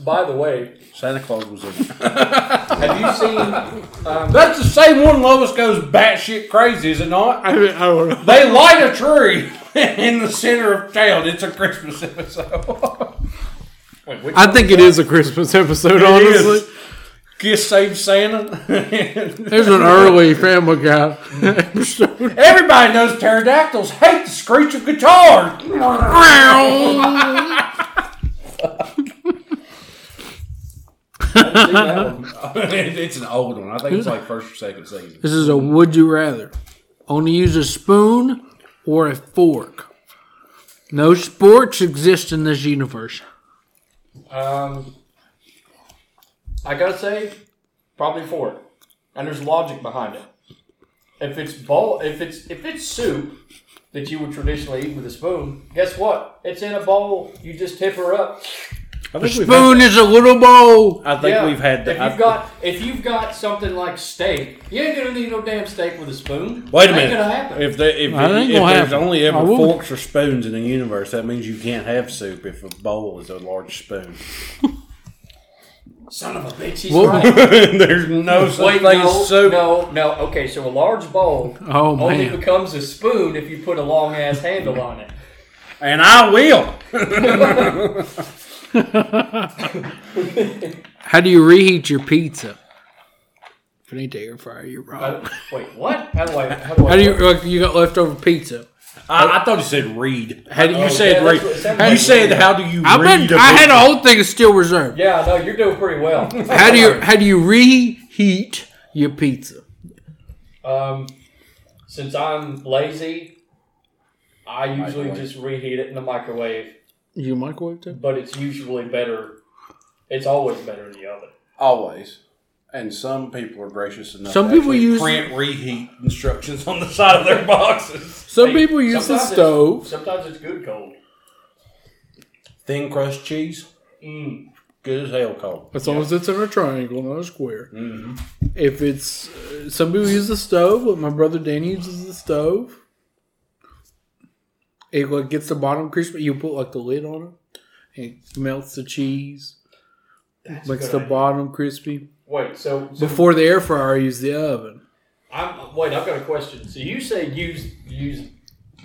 Speaker 3: By the way,
Speaker 2: Santa Claus was in it.
Speaker 3: have you seen? Um,
Speaker 2: That's the same one Lois goes batshit crazy, is it not?
Speaker 1: I, mean, I don't know.
Speaker 2: They light a tree in the center of town. It's a Christmas episode.
Speaker 3: wait, which,
Speaker 1: I think it is a Christmas episode, honestly.
Speaker 2: It is. Kiss Save Santa.
Speaker 1: There's an early Family Guy episode.
Speaker 2: Everybody knows pterodactyls hate the screech of guitars.
Speaker 3: I've seen that one.
Speaker 2: it's an old one. I think it's like first or second season.
Speaker 1: this is a would you rather. Only use a spoon or a fork. No sports exist in this universe.
Speaker 3: Um, I gotta say, probably four. And there's logic behind it. If it's bowl, if it's if it's soup that you would traditionally eat with a spoon, guess what? It's in a bowl. You just tip her up.
Speaker 2: I
Speaker 1: A
Speaker 2: think we've had,
Speaker 1: spoon is a little bowl.
Speaker 2: I think
Speaker 3: Yeah.
Speaker 2: we've had that.
Speaker 3: If you've got if you've got something like steak, you ain't gonna need no damn steak with a spoon.
Speaker 2: Wait a
Speaker 3: Ain't
Speaker 2: minute.
Speaker 3: gonna happen.
Speaker 2: If, they, if, if,
Speaker 1: I think it'll
Speaker 2: there's
Speaker 1: happen.
Speaker 2: only
Speaker 1: I
Speaker 2: ever
Speaker 1: will.
Speaker 2: forks or spoons in the universe, that means you can't have soup if a bowl is a large spoon.
Speaker 3: Son of a bitch, he's
Speaker 1: Whoa.
Speaker 3: right.
Speaker 2: there's no such
Speaker 3: Wait,
Speaker 2: thing
Speaker 3: no,
Speaker 2: as soup.
Speaker 3: no, no. Okay, so a large bowl
Speaker 1: Oh,
Speaker 3: only
Speaker 1: man.
Speaker 3: becomes a spoon if you put a long ass handle on it.
Speaker 2: And I will.
Speaker 1: How do you reheat your pizza? If it ain't the air fryer, you're wrong.
Speaker 3: I, wait, what? How do I? How do I?
Speaker 1: How do you like you got leftover pizza?
Speaker 2: I, I thought you said read. How do, you
Speaker 3: Oh,
Speaker 2: said
Speaker 3: yeah, that's
Speaker 2: read.
Speaker 3: what it
Speaker 2: You
Speaker 3: sounded like.
Speaker 2: said how do you
Speaker 1: I
Speaker 2: read?
Speaker 1: bet
Speaker 2: a
Speaker 1: I had
Speaker 2: book?
Speaker 1: a whole thing of still reserved.
Speaker 3: Yeah, no, you're doing pretty well.
Speaker 1: How do you how do you reheat your pizza?
Speaker 3: Um, since I'm lazy, I usually
Speaker 2: Microwave.
Speaker 3: just reheat it in the microwave,
Speaker 1: You microwave that?
Speaker 3: but it's usually better. It's always better in the oven.
Speaker 2: always. And some people are gracious enough.
Speaker 1: Some
Speaker 2: to
Speaker 1: people
Speaker 2: actually
Speaker 1: use-
Speaker 2: print reheat instructions on the side of their boxes.
Speaker 1: Some
Speaker 3: Hey,
Speaker 1: people use the
Speaker 3: sometimes it's-
Speaker 1: stove.
Speaker 3: Sometimes it's good cold.
Speaker 2: Thin crust cheese,
Speaker 3: Mm.
Speaker 2: good as hell cold.
Speaker 1: As long as it's in a triangle, not a square.
Speaker 3: Mm-hmm.
Speaker 1: If it's uh, some people use the stove, but my brother Danny uses the stove. It like gets the bottom crispy. You put like the lid on it, and it melts the cheese,
Speaker 3: That's
Speaker 1: makes the
Speaker 3: a good idea.
Speaker 1: bottom crispy.
Speaker 3: Wait, so, so
Speaker 1: Before the air fryer, I use the oven.
Speaker 3: I'm wait. I've got a question. So you say use use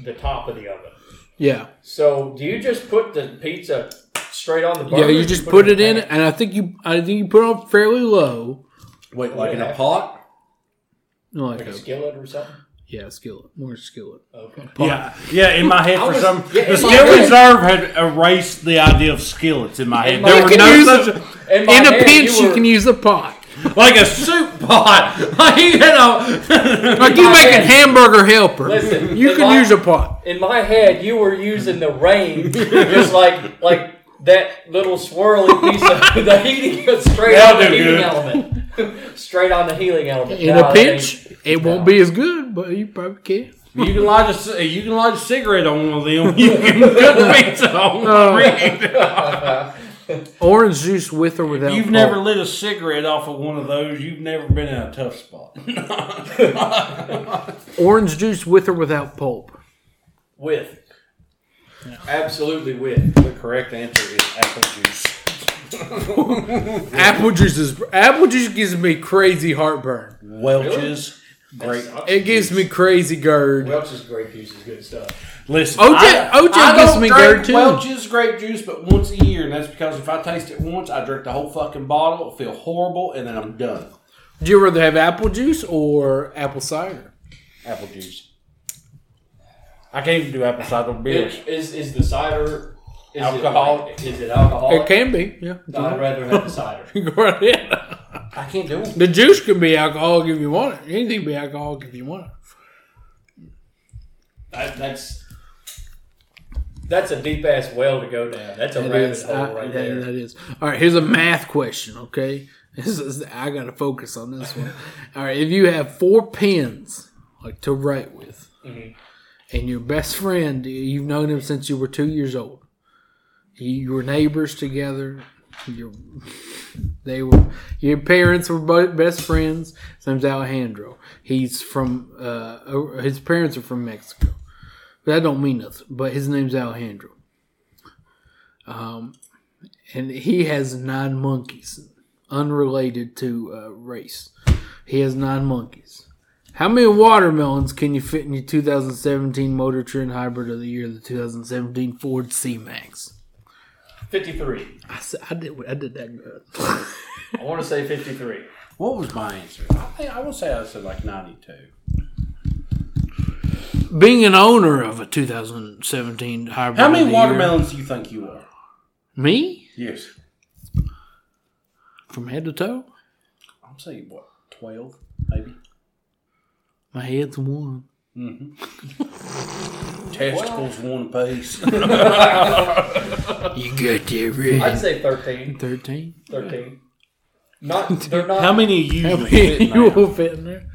Speaker 3: the top of the oven.
Speaker 1: Yeah,
Speaker 3: So do you just put the pizza straight on the burner?
Speaker 1: yeah. You
Speaker 3: or
Speaker 1: just put it
Speaker 3: the
Speaker 1: in,
Speaker 3: pan?
Speaker 1: and I think you, I think you put it on fairly low,
Speaker 2: Wait, like in
Speaker 3: Yeah.
Speaker 2: a pot?
Speaker 1: like
Speaker 3: like a
Speaker 1: a,
Speaker 3: skillet or something.
Speaker 1: yeah, skillet, more skillet.
Speaker 3: Okay.
Speaker 2: Yeah, yeah. In my head,
Speaker 3: I
Speaker 2: for
Speaker 3: was-
Speaker 2: some, the
Speaker 3: yeah, in my
Speaker 2: skill
Speaker 3: head.
Speaker 2: reserve had erased the idea of skillets in my head.
Speaker 3: my
Speaker 2: There
Speaker 3: head.
Speaker 2: were
Speaker 1: You
Speaker 2: no
Speaker 1: can use
Speaker 2: such a-
Speaker 3: In, my
Speaker 1: In a
Speaker 3: head,
Speaker 1: pinch, you
Speaker 3: Oh, were-
Speaker 1: can use the pot.
Speaker 2: like a soup pot. Like, you know.
Speaker 1: Like you making hamburger helper.
Speaker 3: Listen,
Speaker 1: you
Speaker 3: if
Speaker 1: can
Speaker 3: I-
Speaker 1: use a pot.
Speaker 3: In my head, you were using the rain just like like that little swirly piece of the heating straight
Speaker 2: That'll
Speaker 3: on the
Speaker 2: do
Speaker 3: heating
Speaker 2: good.
Speaker 3: element. straight on the healing element.
Speaker 1: In
Speaker 3: No,
Speaker 1: a
Speaker 3: I
Speaker 1: pinch,
Speaker 3: think-
Speaker 1: it won't be as good, but you probably can.
Speaker 2: You can light a c- you can light a cigarette on one of them. You can cook pizza on one.
Speaker 1: Orange juice with or without.
Speaker 2: You've
Speaker 1: pulp.
Speaker 2: never lit a cigarette off of one of those. You've never been in a tough spot.
Speaker 1: orange juice with or without pulp.
Speaker 3: with. Absolutely with.
Speaker 2: the correct answer is apple juice.
Speaker 1: Apple juice is apple juice gives me crazy heartburn.
Speaker 2: Welch's grape.
Speaker 1: It gives me crazy GERD.
Speaker 3: Welch's grape juice is good stuff.
Speaker 2: Listen,
Speaker 1: OJ
Speaker 2: I-
Speaker 1: OJ
Speaker 2: I
Speaker 1: gets
Speaker 2: don't
Speaker 1: me
Speaker 2: drink
Speaker 1: GERD too.
Speaker 2: Welch's grape juice, but once a year, and that's because if I taste it once, I drink the whole fucking bottle, feel horrible, and then I'm done.
Speaker 1: Do you rather have apple juice or apple cider?
Speaker 2: Apple juice. I can't even do apple cider beers.
Speaker 3: It- Is is the cider is
Speaker 2: Alcoholic.
Speaker 3: It, is it alcoholic?
Speaker 1: It can be. Yeah.
Speaker 3: I'd rather have the cider.
Speaker 1: Go right ahead.
Speaker 2: I can't do it.
Speaker 1: The juice can be alcoholic if you want it. Anything can be alcoholic if you want it.
Speaker 3: That, that's that's a deep ass well to go down. That's a
Speaker 1: That
Speaker 3: rabbit
Speaker 1: is,
Speaker 3: hole
Speaker 1: I-
Speaker 3: right
Speaker 1: that-
Speaker 3: there.
Speaker 1: that is. All right, here's a math question, okay? This is, I got to focus on this one. All right, if you have four pens like to write with,
Speaker 3: Mm-hmm.
Speaker 1: and your best friend, you've known him since you were two years old, you, you were neighbors together, your they were your parents were both best friends. His name's Alejandro. He's from uh, his parents are from Mexico. That don't mean nothing, but his name's Alejandro and he has nine monkeys, unrelated to uh, race. He has nine monkeys. How many watermelons can you fit in your 2017 Motor Trend Hybrid of the Year, the 2017 Ford C Max?
Speaker 3: Fifty three.
Speaker 1: I, s- I did I did that good.
Speaker 3: I want to say fifty three.
Speaker 2: What was my answer? I think I would say I said like ninety-two.
Speaker 1: Being an owner of a 2017 Hybrid,
Speaker 2: How
Speaker 1: of
Speaker 2: many
Speaker 1: the year-
Speaker 2: watermelons do you think you are?
Speaker 1: Me
Speaker 2: Yes,
Speaker 1: from head to toe.
Speaker 2: I'm saying what twelve, maybe.
Speaker 1: My head's one.
Speaker 2: Testicles one piece.
Speaker 1: You got that right.
Speaker 3: I'd say 13.
Speaker 1: Thirteen.
Speaker 3: 13. Not they're not.
Speaker 2: How many of you?
Speaker 1: How
Speaker 2: would fit
Speaker 1: many
Speaker 2: in
Speaker 1: you
Speaker 2: that?
Speaker 1: will fit in there?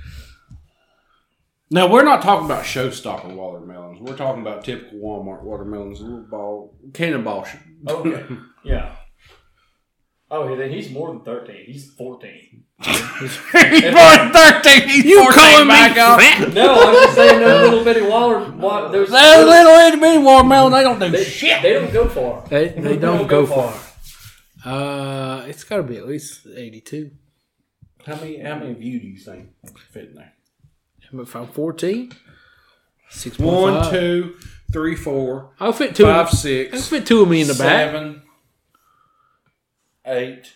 Speaker 2: Now we're not talking about showstopper watermelons. We're talking about typical Walmart watermelons, little ball cannonball. sh-
Speaker 3: Okay. Yeah. Oh, then he's more than 13. He's 14.
Speaker 2: He's born thirteen. He's
Speaker 1: You calling me
Speaker 2: back up.
Speaker 1: fat?
Speaker 3: No, I'm just saying those little bitty waller. wa- Those,
Speaker 2: That little itty bitty watermelon, they don't do
Speaker 3: they,
Speaker 2: shit.
Speaker 3: they don't go far.
Speaker 1: They, they don't go
Speaker 3: go
Speaker 1: far. Uh, it's got to be at least eighty-two.
Speaker 2: How many? How many of you do you think fit in there?
Speaker 1: If I'm fourteen, six
Speaker 2: One, two, three, four,
Speaker 1: I'll fit two.
Speaker 2: five,
Speaker 1: I can
Speaker 2: six,
Speaker 1: fit two of me in the back.
Speaker 2: seven, eight.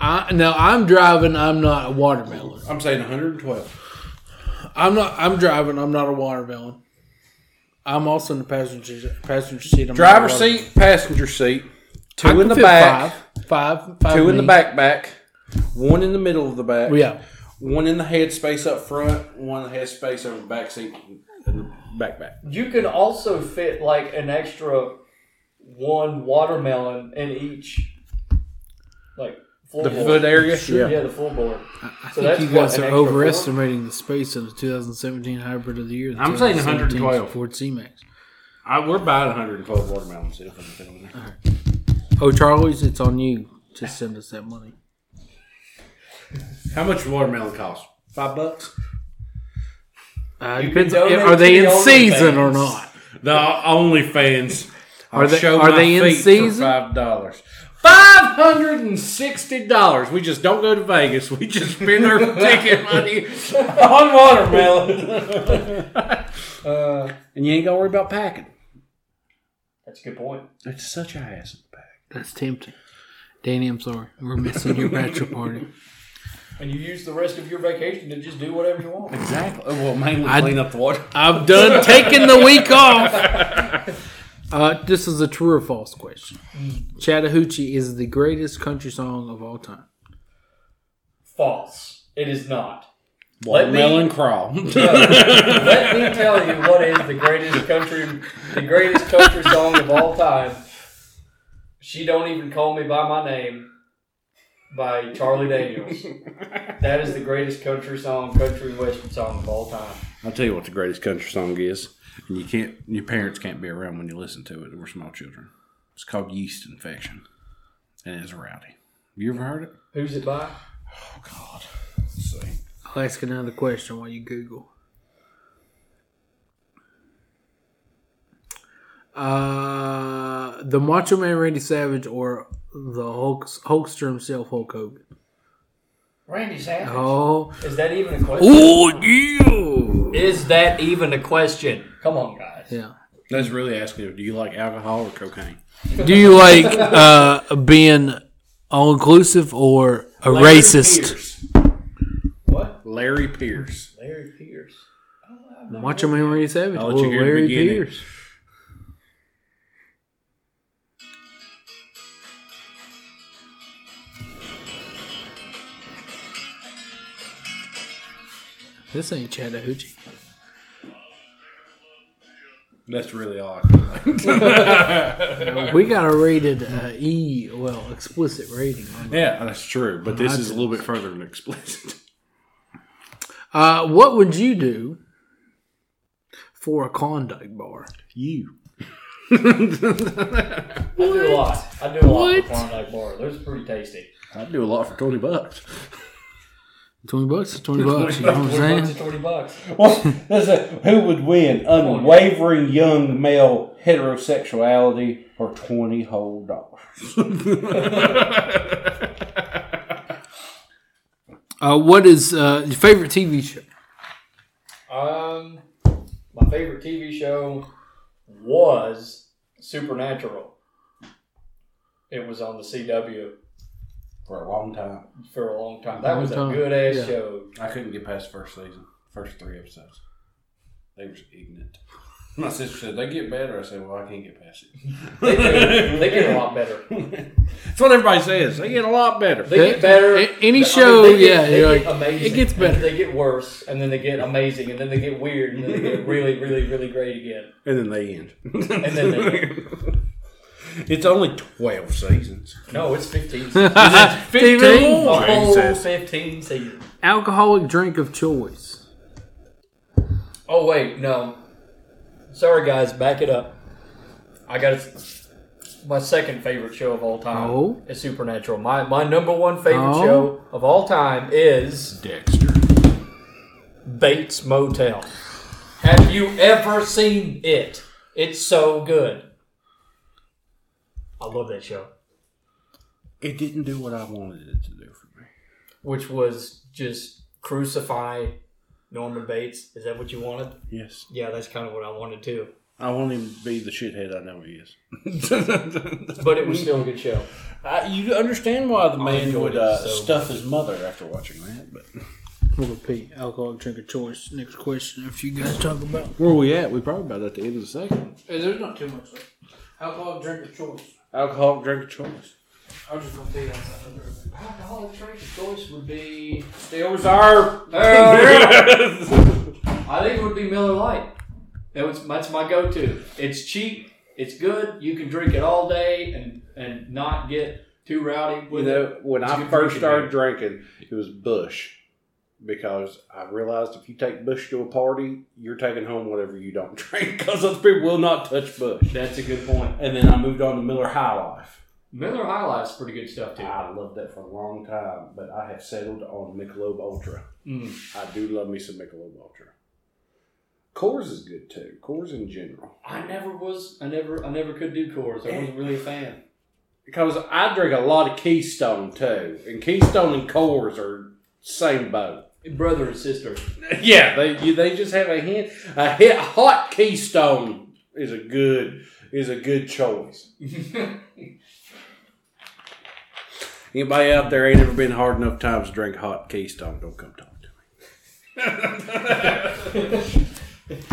Speaker 1: I, no, I'm driving. I'm not a watermelon.
Speaker 2: I'm saying 112.
Speaker 1: I'm not. I'm driving. I'm not a watermelon. I'm also in the passenger passenger seat. I'm
Speaker 2: Driver
Speaker 1: not a watermelon.
Speaker 2: seat, passenger seat, two
Speaker 1: I
Speaker 2: in
Speaker 1: can
Speaker 2: the
Speaker 1: fit
Speaker 2: back,
Speaker 1: Five, five, five
Speaker 2: two in
Speaker 1: me.
Speaker 2: the back back, one in the middle of the back,
Speaker 1: Yeah,
Speaker 2: one in the headspace up front, one in the headspace over the back seat, and the back back.
Speaker 3: You can also fit like an extra one watermelon in each, like
Speaker 2: The
Speaker 3: floorboard.
Speaker 2: foot area,
Speaker 3: Yeah.
Speaker 2: yeah.
Speaker 3: the floorboard.
Speaker 1: I
Speaker 3: So
Speaker 1: think
Speaker 3: that's
Speaker 1: you guys
Speaker 3: what, an
Speaker 1: are
Speaker 3: extra four?
Speaker 1: overestimating the space of the 2017 hybrid of the year. the
Speaker 2: I'm saying
Speaker 1: 2017
Speaker 2: 112.
Speaker 1: Ford C-Max.
Speaker 2: I, we're buying 112 watermelons if I'm in there.
Speaker 1: Oh, Charlie's, it's on you
Speaker 3: Uh,
Speaker 1: to send us that money.
Speaker 2: How much watermelon cost? Five bucks.
Speaker 1: Uh,
Speaker 3: You
Speaker 1: depends.
Speaker 3: can donate
Speaker 1: Are they
Speaker 3: to
Speaker 1: in
Speaker 3: the
Speaker 1: season or not?
Speaker 3: OnlyFans.
Speaker 2: The OnlyFans. I'll
Speaker 1: Are they-
Speaker 2: show
Speaker 1: are
Speaker 2: my
Speaker 1: they in
Speaker 2: feet for
Speaker 1: season?
Speaker 2: Five dollars. Five hundred and sixty dollars. We just don't go to Vegas. We just spend our ticket money on watermelon.
Speaker 3: Uh,
Speaker 2: And you ain't gotta worry about packing.
Speaker 3: that's a good point.
Speaker 2: It's such a hassle to pack.
Speaker 1: That's tempting. Danny, I'm sorry. We're missing your bachelor party.
Speaker 3: And you use the rest of your vacation to just do whatever you want.
Speaker 2: Exactly. Oh, Well, mainly
Speaker 1: I-
Speaker 2: clean up the water.
Speaker 1: I've done taking the week off. Uh, this is a true or false question. Chattahoochee is the greatest country song of all time.
Speaker 3: False. It is not. Let me-
Speaker 2: Watermelon crawl.
Speaker 3: No. Let me tell you what is the greatest country, the greatest country song of all time. She don't even call me by my name, by Charlie Daniels. That is the greatest country song, country western song of all time.
Speaker 2: I'll tell you what the greatest country song is, and you can't, your parents can't be around when you listen to it. We're small children. It's called yeast infection, and it's rowdy. You ever heard it?
Speaker 3: Who's it by?
Speaker 2: Oh God. Let's see.
Speaker 1: I'll ask another question while you Google. Uh, the Macho Man Randy Savage or the Hulk, Hulkster himself, Hulk Hogan?
Speaker 3: Randy Savage.
Speaker 1: Oh,
Speaker 3: Is that even a question?
Speaker 1: oh yeah.
Speaker 3: Is that even a question? Come on, guys.
Speaker 1: Yeah.
Speaker 2: That's really asking. you, Do you like alcohol or cocaine?
Speaker 1: Do you like uh, being all inclusive or a racist?
Speaker 2: Pierce.
Speaker 3: What?
Speaker 2: Larry Pierce.
Speaker 3: Larry Pierce. I don't know, I've never
Speaker 1: Macho Man Randy Savage
Speaker 2: I'll
Speaker 1: or
Speaker 2: let you hear the
Speaker 1: Larry
Speaker 2: beginning.
Speaker 1: Pierce? This ain't Chattahoochee.
Speaker 2: That's really awkward.
Speaker 1: We got a rated uh, E, well, explicit rating. on
Speaker 2: yeah, that's true. But this is a little bit further than explicit.
Speaker 1: that. Uh, what would you do for a Klondike bar?
Speaker 2: You.
Speaker 3: I do a lot. I do a lot
Speaker 1: What?
Speaker 3: for Klondike Bar. Those are pretty tasty.
Speaker 2: I'd do a lot for twenty bucks.
Speaker 1: Twenty bucks, is twenty bucks. You know what
Speaker 3: Forty
Speaker 1: I'm saying?
Speaker 3: bucks is forty bucks.
Speaker 2: Well, that's a, who would win? Unwavering young male heterosexuality or twenty whole dollars?
Speaker 1: Uh, what is uh, your favorite TV show?
Speaker 3: Um, my favorite TV show was Supernatural. It was on the CW
Speaker 2: for a long time,
Speaker 3: for a long time. That
Speaker 1: Long
Speaker 3: was a
Speaker 1: time,
Speaker 3: good ass
Speaker 1: yeah.
Speaker 3: show.
Speaker 2: I couldn't get past the first season, first three episodes. They were ignorant. My sister said they get better. I said, well, I can't get past it.
Speaker 3: They, do. they get a lot better.
Speaker 2: That's what everybody says. They get a lot better.
Speaker 3: They get better.
Speaker 1: A- any
Speaker 3: I mean,
Speaker 1: show,
Speaker 3: they get-
Speaker 1: yeah,
Speaker 3: they
Speaker 1: you're
Speaker 3: get
Speaker 1: like,
Speaker 3: amazing.
Speaker 1: it gets
Speaker 3: and
Speaker 1: better.
Speaker 3: They get worse, and then they get amazing, and then they get weird, and then they get really, really, really great again.
Speaker 2: And then they end.
Speaker 3: And then they
Speaker 2: it's only 12 seasons.
Speaker 3: no, it's fifteen. seasons.
Speaker 1: Fifteen.
Speaker 3: A whole
Speaker 2: Jesus.
Speaker 3: fifteen seasons.
Speaker 1: Alcoholic drink of choice.
Speaker 3: Oh wait, no. Sorry guys, back it up. I got it. my second favorite show of all time
Speaker 1: Oh.
Speaker 3: is Supernatural. My my number one favorite
Speaker 1: Oh.
Speaker 3: show of all time is
Speaker 2: Dexter.
Speaker 3: Bates Motel. Have you ever seen it? It's so good. I love that show.
Speaker 2: It didn't do what I wanted it to do for me.
Speaker 3: Which was just crucify Norman Bates. Is that what you wanted?
Speaker 2: Yes.
Speaker 3: Yeah, that's kind of what I wanted too.
Speaker 2: I want him to be the shithead I know he is.
Speaker 3: But it was still a good show.
Speaker 2: I, you understand why the man
Speaker 3: enjoyed
Speaker 2: would
Speaker 3: it,
Speaker 2: uh,
Speaker 3: so-
Speaker 2: stuff his mother after watching that. But
Speaker 1: We'll repeat alcoholic drink of choice. Next question, if you guys talk about.
Speaker 2: Where are we at? We probably about at the end of the second.
Speaker 1: Hey, there's not too much left. Alcoholic drink of choice.
Speaker 2: Alcoholic drink of choice.
Speaker 1: I was just gonna tell you outside the room.
Speaker 3: Alcoholic drink of choice would be
Speaker 2: Steel Reserve.
Speaker 3: I think it would be Miller Lite. That was that's my go-to. It's cheap, it's good. You can drink it all day and and not get too rowdy
Speaker 2: You
Speaker 3: with it.
Speaker 2: know, when
Speaker 3: It's
Speaker 2: I
Speaker 3: good
Speaker 2: first
Speaker 3: drinking
Speaker 2: started drinking, it was Bush because I realized if you take Bush to a party, you're taking home whatever you don't drink because other people will not touch Bush.
Speaker 3: That's a good point.
Speaker 2: And then I moved on to Miller High Life.
Speaker 3: Miller High Life's pretty good stuff too.
Speaker 2: I loved that for a long time, but I have settled on Michelob Ultra.
Speaker 3: Mm.
Speaker 2: I do love me some Michelob Ultra. Coors is good too. Coors in general.
Speaker 3: I never was. I never. I never could do Coors. I wasn't really a fan.
Speaker 2: Because I drink a lot of Keystone too, and Keystone and Coors are same boat.
Speaker 3: Brother and sister.
Speaker 2: Yeah, they you, they just have a hint. A hit, hot Keystone is a good is a good choice. Anybody out there ain't ever been hard enough times to drink hot Keystone? Don't come talk to me.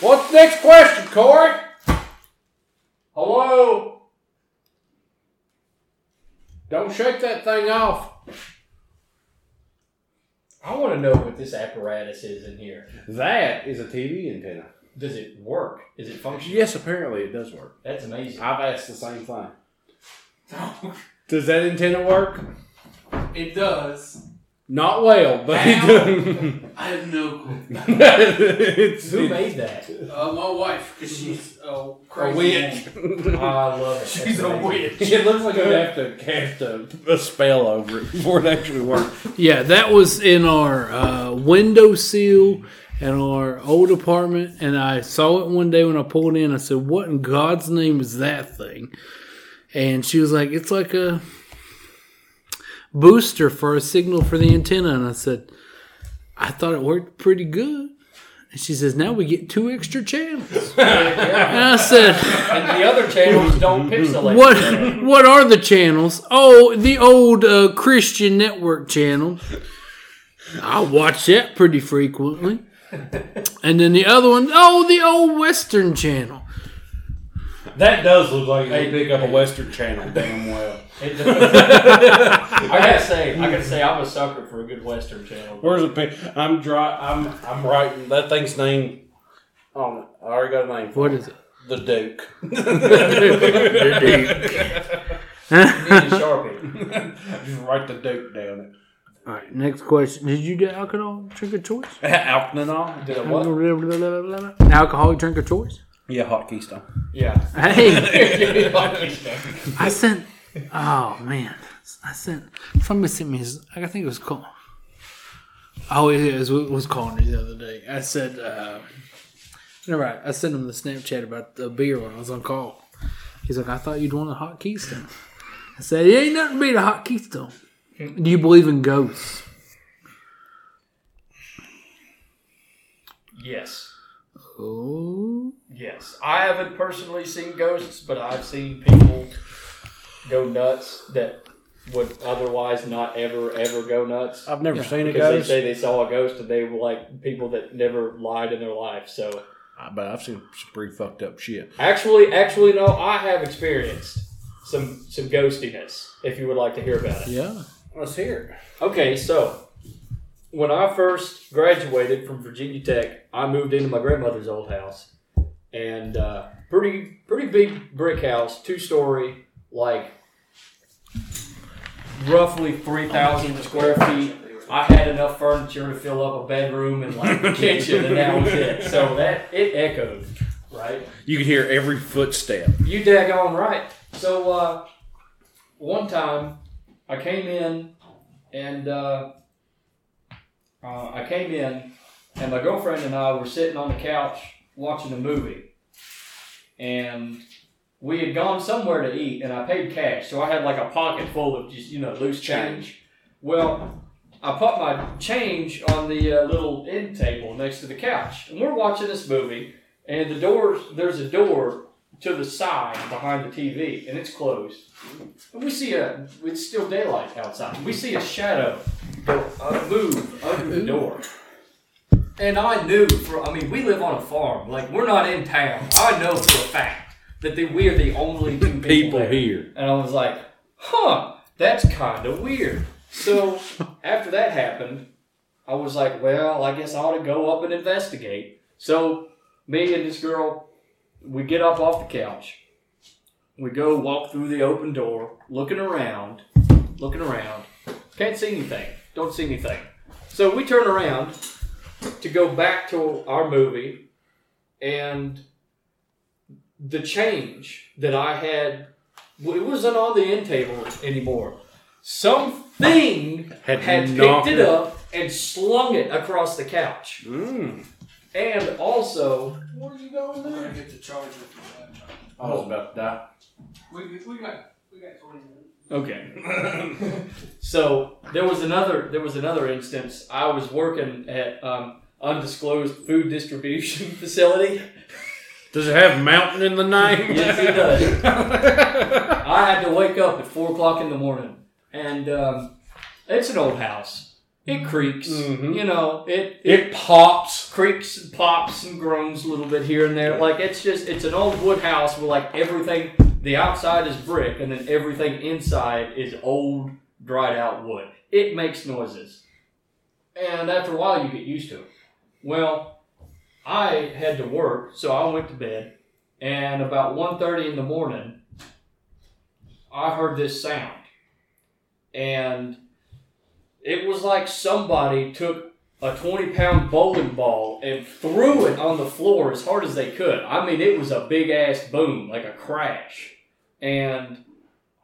Speaker 2: What's the next question, Corey?
Speaker 3: Hello.
Speaker 2: Don't shake that thing off.
Speaker 3: I want to know what this apparatus is in here.
Speaker 2: That is a TV antenna.
Speaker 3: Does it work? Is it functional?
Speaker 2: Yes, apparently it does work.
Speaker 3: That's amazing.
Speaker 2: I've asked the same thing. Does that antenna work?
Speaker 4: It does.
Speaker 2: Not well, but it
Speaker 4: Ow.
Speaker 2: does.
Speaker 4: I have no clue.
Speaker 2: it's,
Speaker 3: Who
Speaker 2: it's-
Speaker 3: made that?
Speaker 4: Uh, my wife, because she's a
Speaker 3: A
Speaker 4: crazy
Speaker 3: witch. I love it.
Speaker 4: She's
Speaker 3: That's
Speaker 4: a
Speaker 3: amazing.
Speaker 4: witch.
Speaker 2: It looks like you have to cast a, a spell over it before it actually works.
Speaker 1: Yeah, that was in our uh, windowsill in our old apartment, and I saw it one day when I pulled in. I said, "What in God's name is that thing?" And she was like, "It's like a booster for a signal for the antenna." And I said, "I thought it worked pretty good." And she says, "Now we get two extra channels." and I said,
Speaker 3: And the other channels don't pixelate.
Speaker 1: "What? What are the channels? Oh, the old uh, Christian network channel." I watch that pretty frequently. And then the other one, oh, the old Western Channel.
Speaker 2: That does look like they pick up a Western channel damn well.
Speaker 3: It does. I gotta say, I gotta say, I'm a sucker for a good Western channel.
Speaker 2: Where's the pic? I'm dry. I'm I'm writing that thing's name. Oh, I already got a name. For
Speaker 1: What is it?
Speaker 2: it. The Duke.
Speaker 3: Need a Sharpie.
Speaker 2: Just write the Duke down.
Speaker 1: All right, next question. Did you do alcohol drink of choice?
Speaker 2: Alknanon.
Speaker 3: Did a what?
Speaker 1: Alcoholic drink of choice?
Speaker 2: Yeah, hot keystone.
Speaker 3: Yeah.
Speaker 1: Hey,
Speaker 3: That's
Speaker 1: I sent. Oh man, I sent. Somebody sent me. His, I think it was Col. Oh, it was, it was Connor the other day. I said. Uh, all right, I sent him the Snapchat about the beer when I was on call. He's like, I thought you'd want a hot Keystone. I said, it ain't nothing beat a hot Keystone. Do you believe in ghosts?
Speaker 3: yes.
Speaker 1: Oh,
Speaker 3: Yes. I haven't personally seen ghosts, but I've seen people go nuts that would otherwise not ever, ever go nuts.
Speaker 2: I've never seen it,
Speaker 3: Because they
Speaker 2: guys.
Speaker 3: say they saw a ghost and they were like people that never lied in their life. So
Speaker 2: Ah, But I've seen some pretty fucked up shit.
Speaker 3: actually, actually, no, I have experienced some some ghostiness. If you would like to hear about it.
Speaker 1: yeah.
Speaker 2: Let's hear
Speaker 3: Okay, so when I first graduated from Virginia Tech, I moved into my grandmother's old house, and uh, pretty pretty big brick house, two story, like roughly three thousand square feet. I had enough furniture to fill up a bedroom and like the kitchen, and that was it. So that it echoed, right?
Speaker 2: You can hear every footstep.
Speaker 3: You daggone right. So uh, one time I came in and uh, uh, I came in and my girlfriend and I were sitting on the couch watching a movie and we had gone somewhere to eat and I paid cash so I had like a pocket full of just you know loose change. Well, I put my change on the uh, little end table next to the couch and we're watching this movie and the doors there's a door to the side behind the TV, and it's closed. And we see a, it's still daylight outside. We see a shadow go, uh, move under the door. And I knew, for, I mean, we live on a farm. Like, we're not in town. I know for a fact that the, we're the only two people,
Speaker 2: People
Speaker 3: there.
Speaker 2: here.
Speaker 3: And I was like, huh, that's kind of weird. So after that happened, I was like, well, I guess I ought to go up and investigate. So me and this girl, we get up off the couch. We go walk through the open door, looking around, looking around. Can't see anything. Don't see anything. So we turn around to go back to our movie, and the change that I had well, it wasn't on the end table anymore. Something
Speaker 2: Had
Speaker 3: had,
Speaker 2: knocked
Speaker 3: picked it
Speaker 2: it.
Speaker 3: up and slung it across the couch.
Speaker 2: Mm.
Speaker 3: And also,
Speaker 4: Where are you going there? I'm gonna get the charger for my laptop.
Speaker 2: I was about to die.
Speaker 4: We, we, we got we got twenty minutes.
Speaker 3: okay. so there was another there was another instance. I was working at um, undisclosed food distribution facility.
Speaker 2: Does it have mountain in the name?
Speaker 3: Yes, it
Speaker 2: does.
Speaker 3: does. I had to wake up at four o'clock in the morning, and um, it's an old house. It creaks,
Speaker 2: Mhm.
Speaker 3: you know. It
Speaker 2: it pops.
Speaker 3: creaks and pops and groans a little bit here and there. Like it's just it's an old wood house where like everything the outside is brick, and then everything inside is old, dried out wood. It makes noises. And after a while, you get used to it. Well, I had to work, so I went to bed. And about 1.30 in the morning, I heard this sound. And it was like somebody took a 20 pound bowling ball and threw it on the floor as hard as they could. I mean, it was a big ass boom, like a crash. And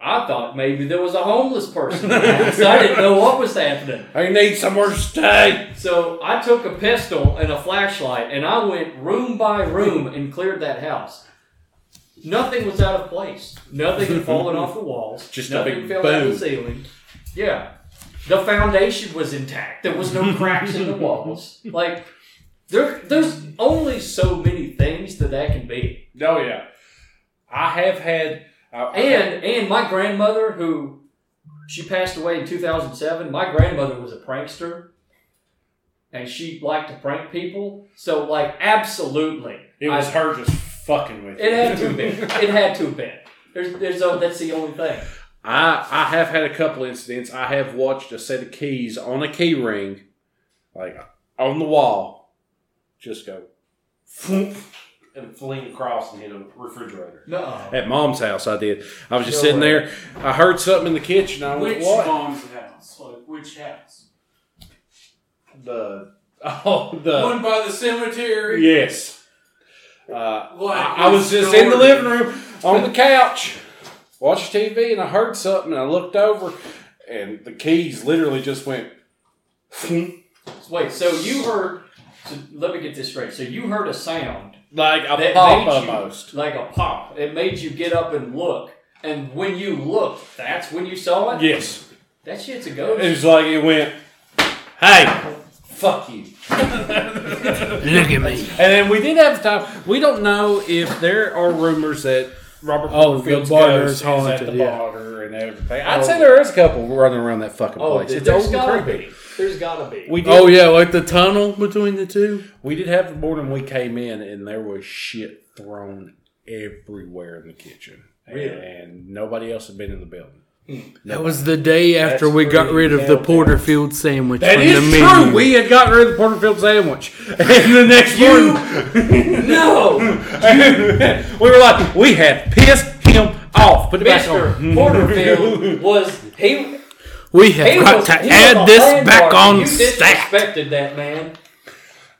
Speaker 3: I thought maybe there was a homeless person. in the house. I didn't know what was happening.
Speaker 2: I need somewhere to stay.
Speaker 3: So I took a pistol and a flashlight and I went room by room and cleared that house. Nothing was out of place. Nothing had fallen off the walls.
Speaker 2: Just a
Speaker 3: nothing
Speaker 2: big
Speaker 3: fell out of
Speaker 2: boom.
Speaker 3: the ceiling. Yeah. The foundation was intact. There was no cracks in the walls. Like there there's only so many things that that can be.
Speaker 2: Oh yeah, I have had. uh, I-
Speaker 3: And and my grandmother, who she passed away in 2007, my grandmother was a prankster, and she liked to prank people. So like, absolutely,
Speaker 2: it was
Speaker 3: I-
Speaker 2: her just fucking with
Speaker 3: it
Speaker 2: you.
Speaker 3: had to be. It had to be. There's there's no, that's the only thing.
Speaker 2: I I have had a couple incidents. I have watched a set of keys on a key ring, like on the wall, just go, thump, and fling across and hit a refrigerator.
Speaker 3: No.
Speaker 2: At mom's house, I did. I was just
Speaker 3: No
Speaker 2: sitting
Speaker 3: way.
Speaker 2: there. I heard something in the kitchen. I went,
Speaker 4: Which
Speaker 2: "What?"
Speaker 4: mom's house? Like which house?
Speaker 2: The oh the
Speaker 4: One by the cemetery.
Speaker 2: yes. Uh,
Speaker 4: Like
Speaker 2: I, I was
Speaker 4: it's
Speaker 2: just in the
Speaker 4: Jordan.
Speaker 2: living room on the couch, watching TV, and I heard something. And I looked over, and the keys literally just went.
Speaker 3: Wait. So you heard? So let me get this straight. So you heard a sound
Speaker 2: Like a
Speaker 3: that
Speaker 2: pop
Speaker 3: made you-
Speaker 2: almost.
Speaker 3: like a pop. It made you get up and look. And when you looked, that's when you saw it.
Speaker 2: Yes.
Speaker 3: That shit's a
Speaker 2: It
Speaker 3: ghost.
Speaker 2: was like it went, hey, fuck you.
Speaker 1: Look at me.
Speaker 2: And then we did have time. We don't know if there are rumors that Robert
Speaker 1: Oh, the
Speaker 2: Porterfield's
Speaker 1: bar
Speaker 2: ghost
Speaker 1: is
Speaker 2: is at
Speaker 1: haunted,
Speaker 2: the
Speaker 1: yeah.
Speaker 2: bar and everything. I'd
Speaker 3: Oh.
Speaker 2: say there is a couple running around that fucking
Speaker 3: Oh,
Speaker 2: place. It's
Speaker 3: there's
Speaker 2: old
Speaker 3: gotta
Speaker 2: and creepy.
Speaker 3: be. There's gotta be.
Speaker 2: We did,
Speaker 1: Oh yeah, like the tunnel between the two.
Speaker 2: we did have the morning we came in, and there was shit thrown everywhere in the kitchen.
Speaker 3: Really?
Speaker 2: And nobody else had been in the building.
Speaker 1: That was the day after
Speaker 2: That's
Speaker 1: we got
Speaker 2: pretty
Speaker 1: rid of the
Speaker 2: hell,
Speaker 1: Porterfield sandwich
Speaker 2: That
Speaker 1: from
Speaker 2: is
Speaker 1: the
Speaker 2: true.
Speaker 1: menu.
Speaker 2: We had got rid of the Porterfield sandwich, and the next
Speaker 3: You-
Speaker 2: morning,
Speaker 3: no.
Speaker 2: we were like, we had pissed him off. Put it back
Speaker 3: Mr.
Speaker 2: on.
Speaker 3: Porterfield was he.
Speaker 1: We have
Speaker 3: he
Speaker 1: got
Speaker 3: was,
Speaker 1: to
Speaker 3: he was a
Speaker 1: add this
Speaker 3: landmark,
Speaker 1: back
Speaker 3: and
Speaker 1: on
Speaker 3: you
Speaker 1: stack.
Speaker 3: disrespected that man.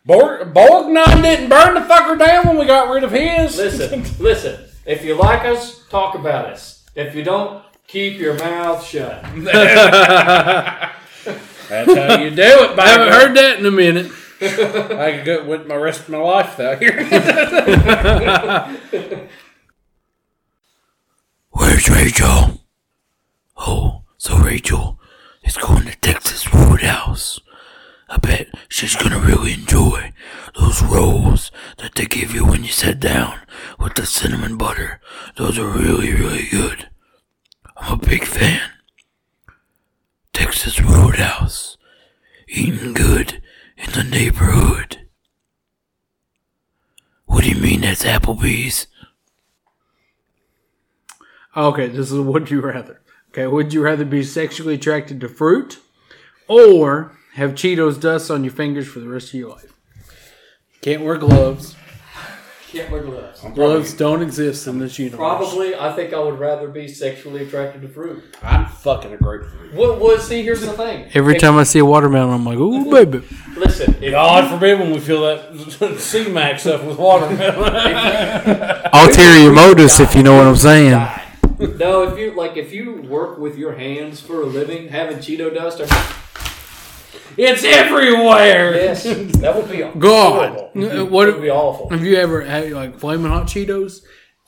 Speaker 2: Bor- Borgnine didn't burn the fucker down when we got rid of his.
Speaker 3: Listen, listen. If you like us, talk about us. If you don't, keep your mouth shut.
Speaker 2: That's how you do it.
Speaker 1: I haven't heard that in a minute.
Speaker 2: I could go with my rest of my life out here.
Speaker 5: Where's Rachel? Oh, so Rachel is going to Texas Roadhouse. I bet she's gonna really enjoy those rolls that they give you when you sit down with the cinnamon butter. Those are really, really good. I'm a big fan. Texas Roadhouse. Eating good in the neighborhood. What do you mean that's Applebee's?
Speaker 1: Okay, this is would you rather. Okay, would you rather be sexually attracted to fruit or have Cheetos dust on your fingers for the rest of your life? Can't wear gloves.
Speaker 3: Can't wear gloves.
Speaker 1: Gloves don't exist in this universe.
Speaker 3: Probably, I think I would rather be sexually attracted to fruit.
Speaker 2: I'm fucking a grapefruit.
Speaker 3: What was? See, here's the thing.
Speaker 1: Every
Speaker 3: If-
Speaker 1: time I see a watermelon, I'm like, ooh, baby.
Speaker 3: Listen, if
Speaker 2: God forbid when we fill that C Max up with watermelon.
Speaker 1: Ulterior motives, if you know what I'm saying.
Speaker 3: no, if you like, if you work with your hands for a living, having Cheeto dust, or,
Speaker 2: it's everywhere.
Speaker 3: yes, that would be
Speaker 1: God,
Speaker 3: horrible.
Speaker 1: Uh,
Speaker 3: That would
Speaker 1: what
Speaker 3: be awful.
Speaker 1: have you ever had like flaming hot Cheetos?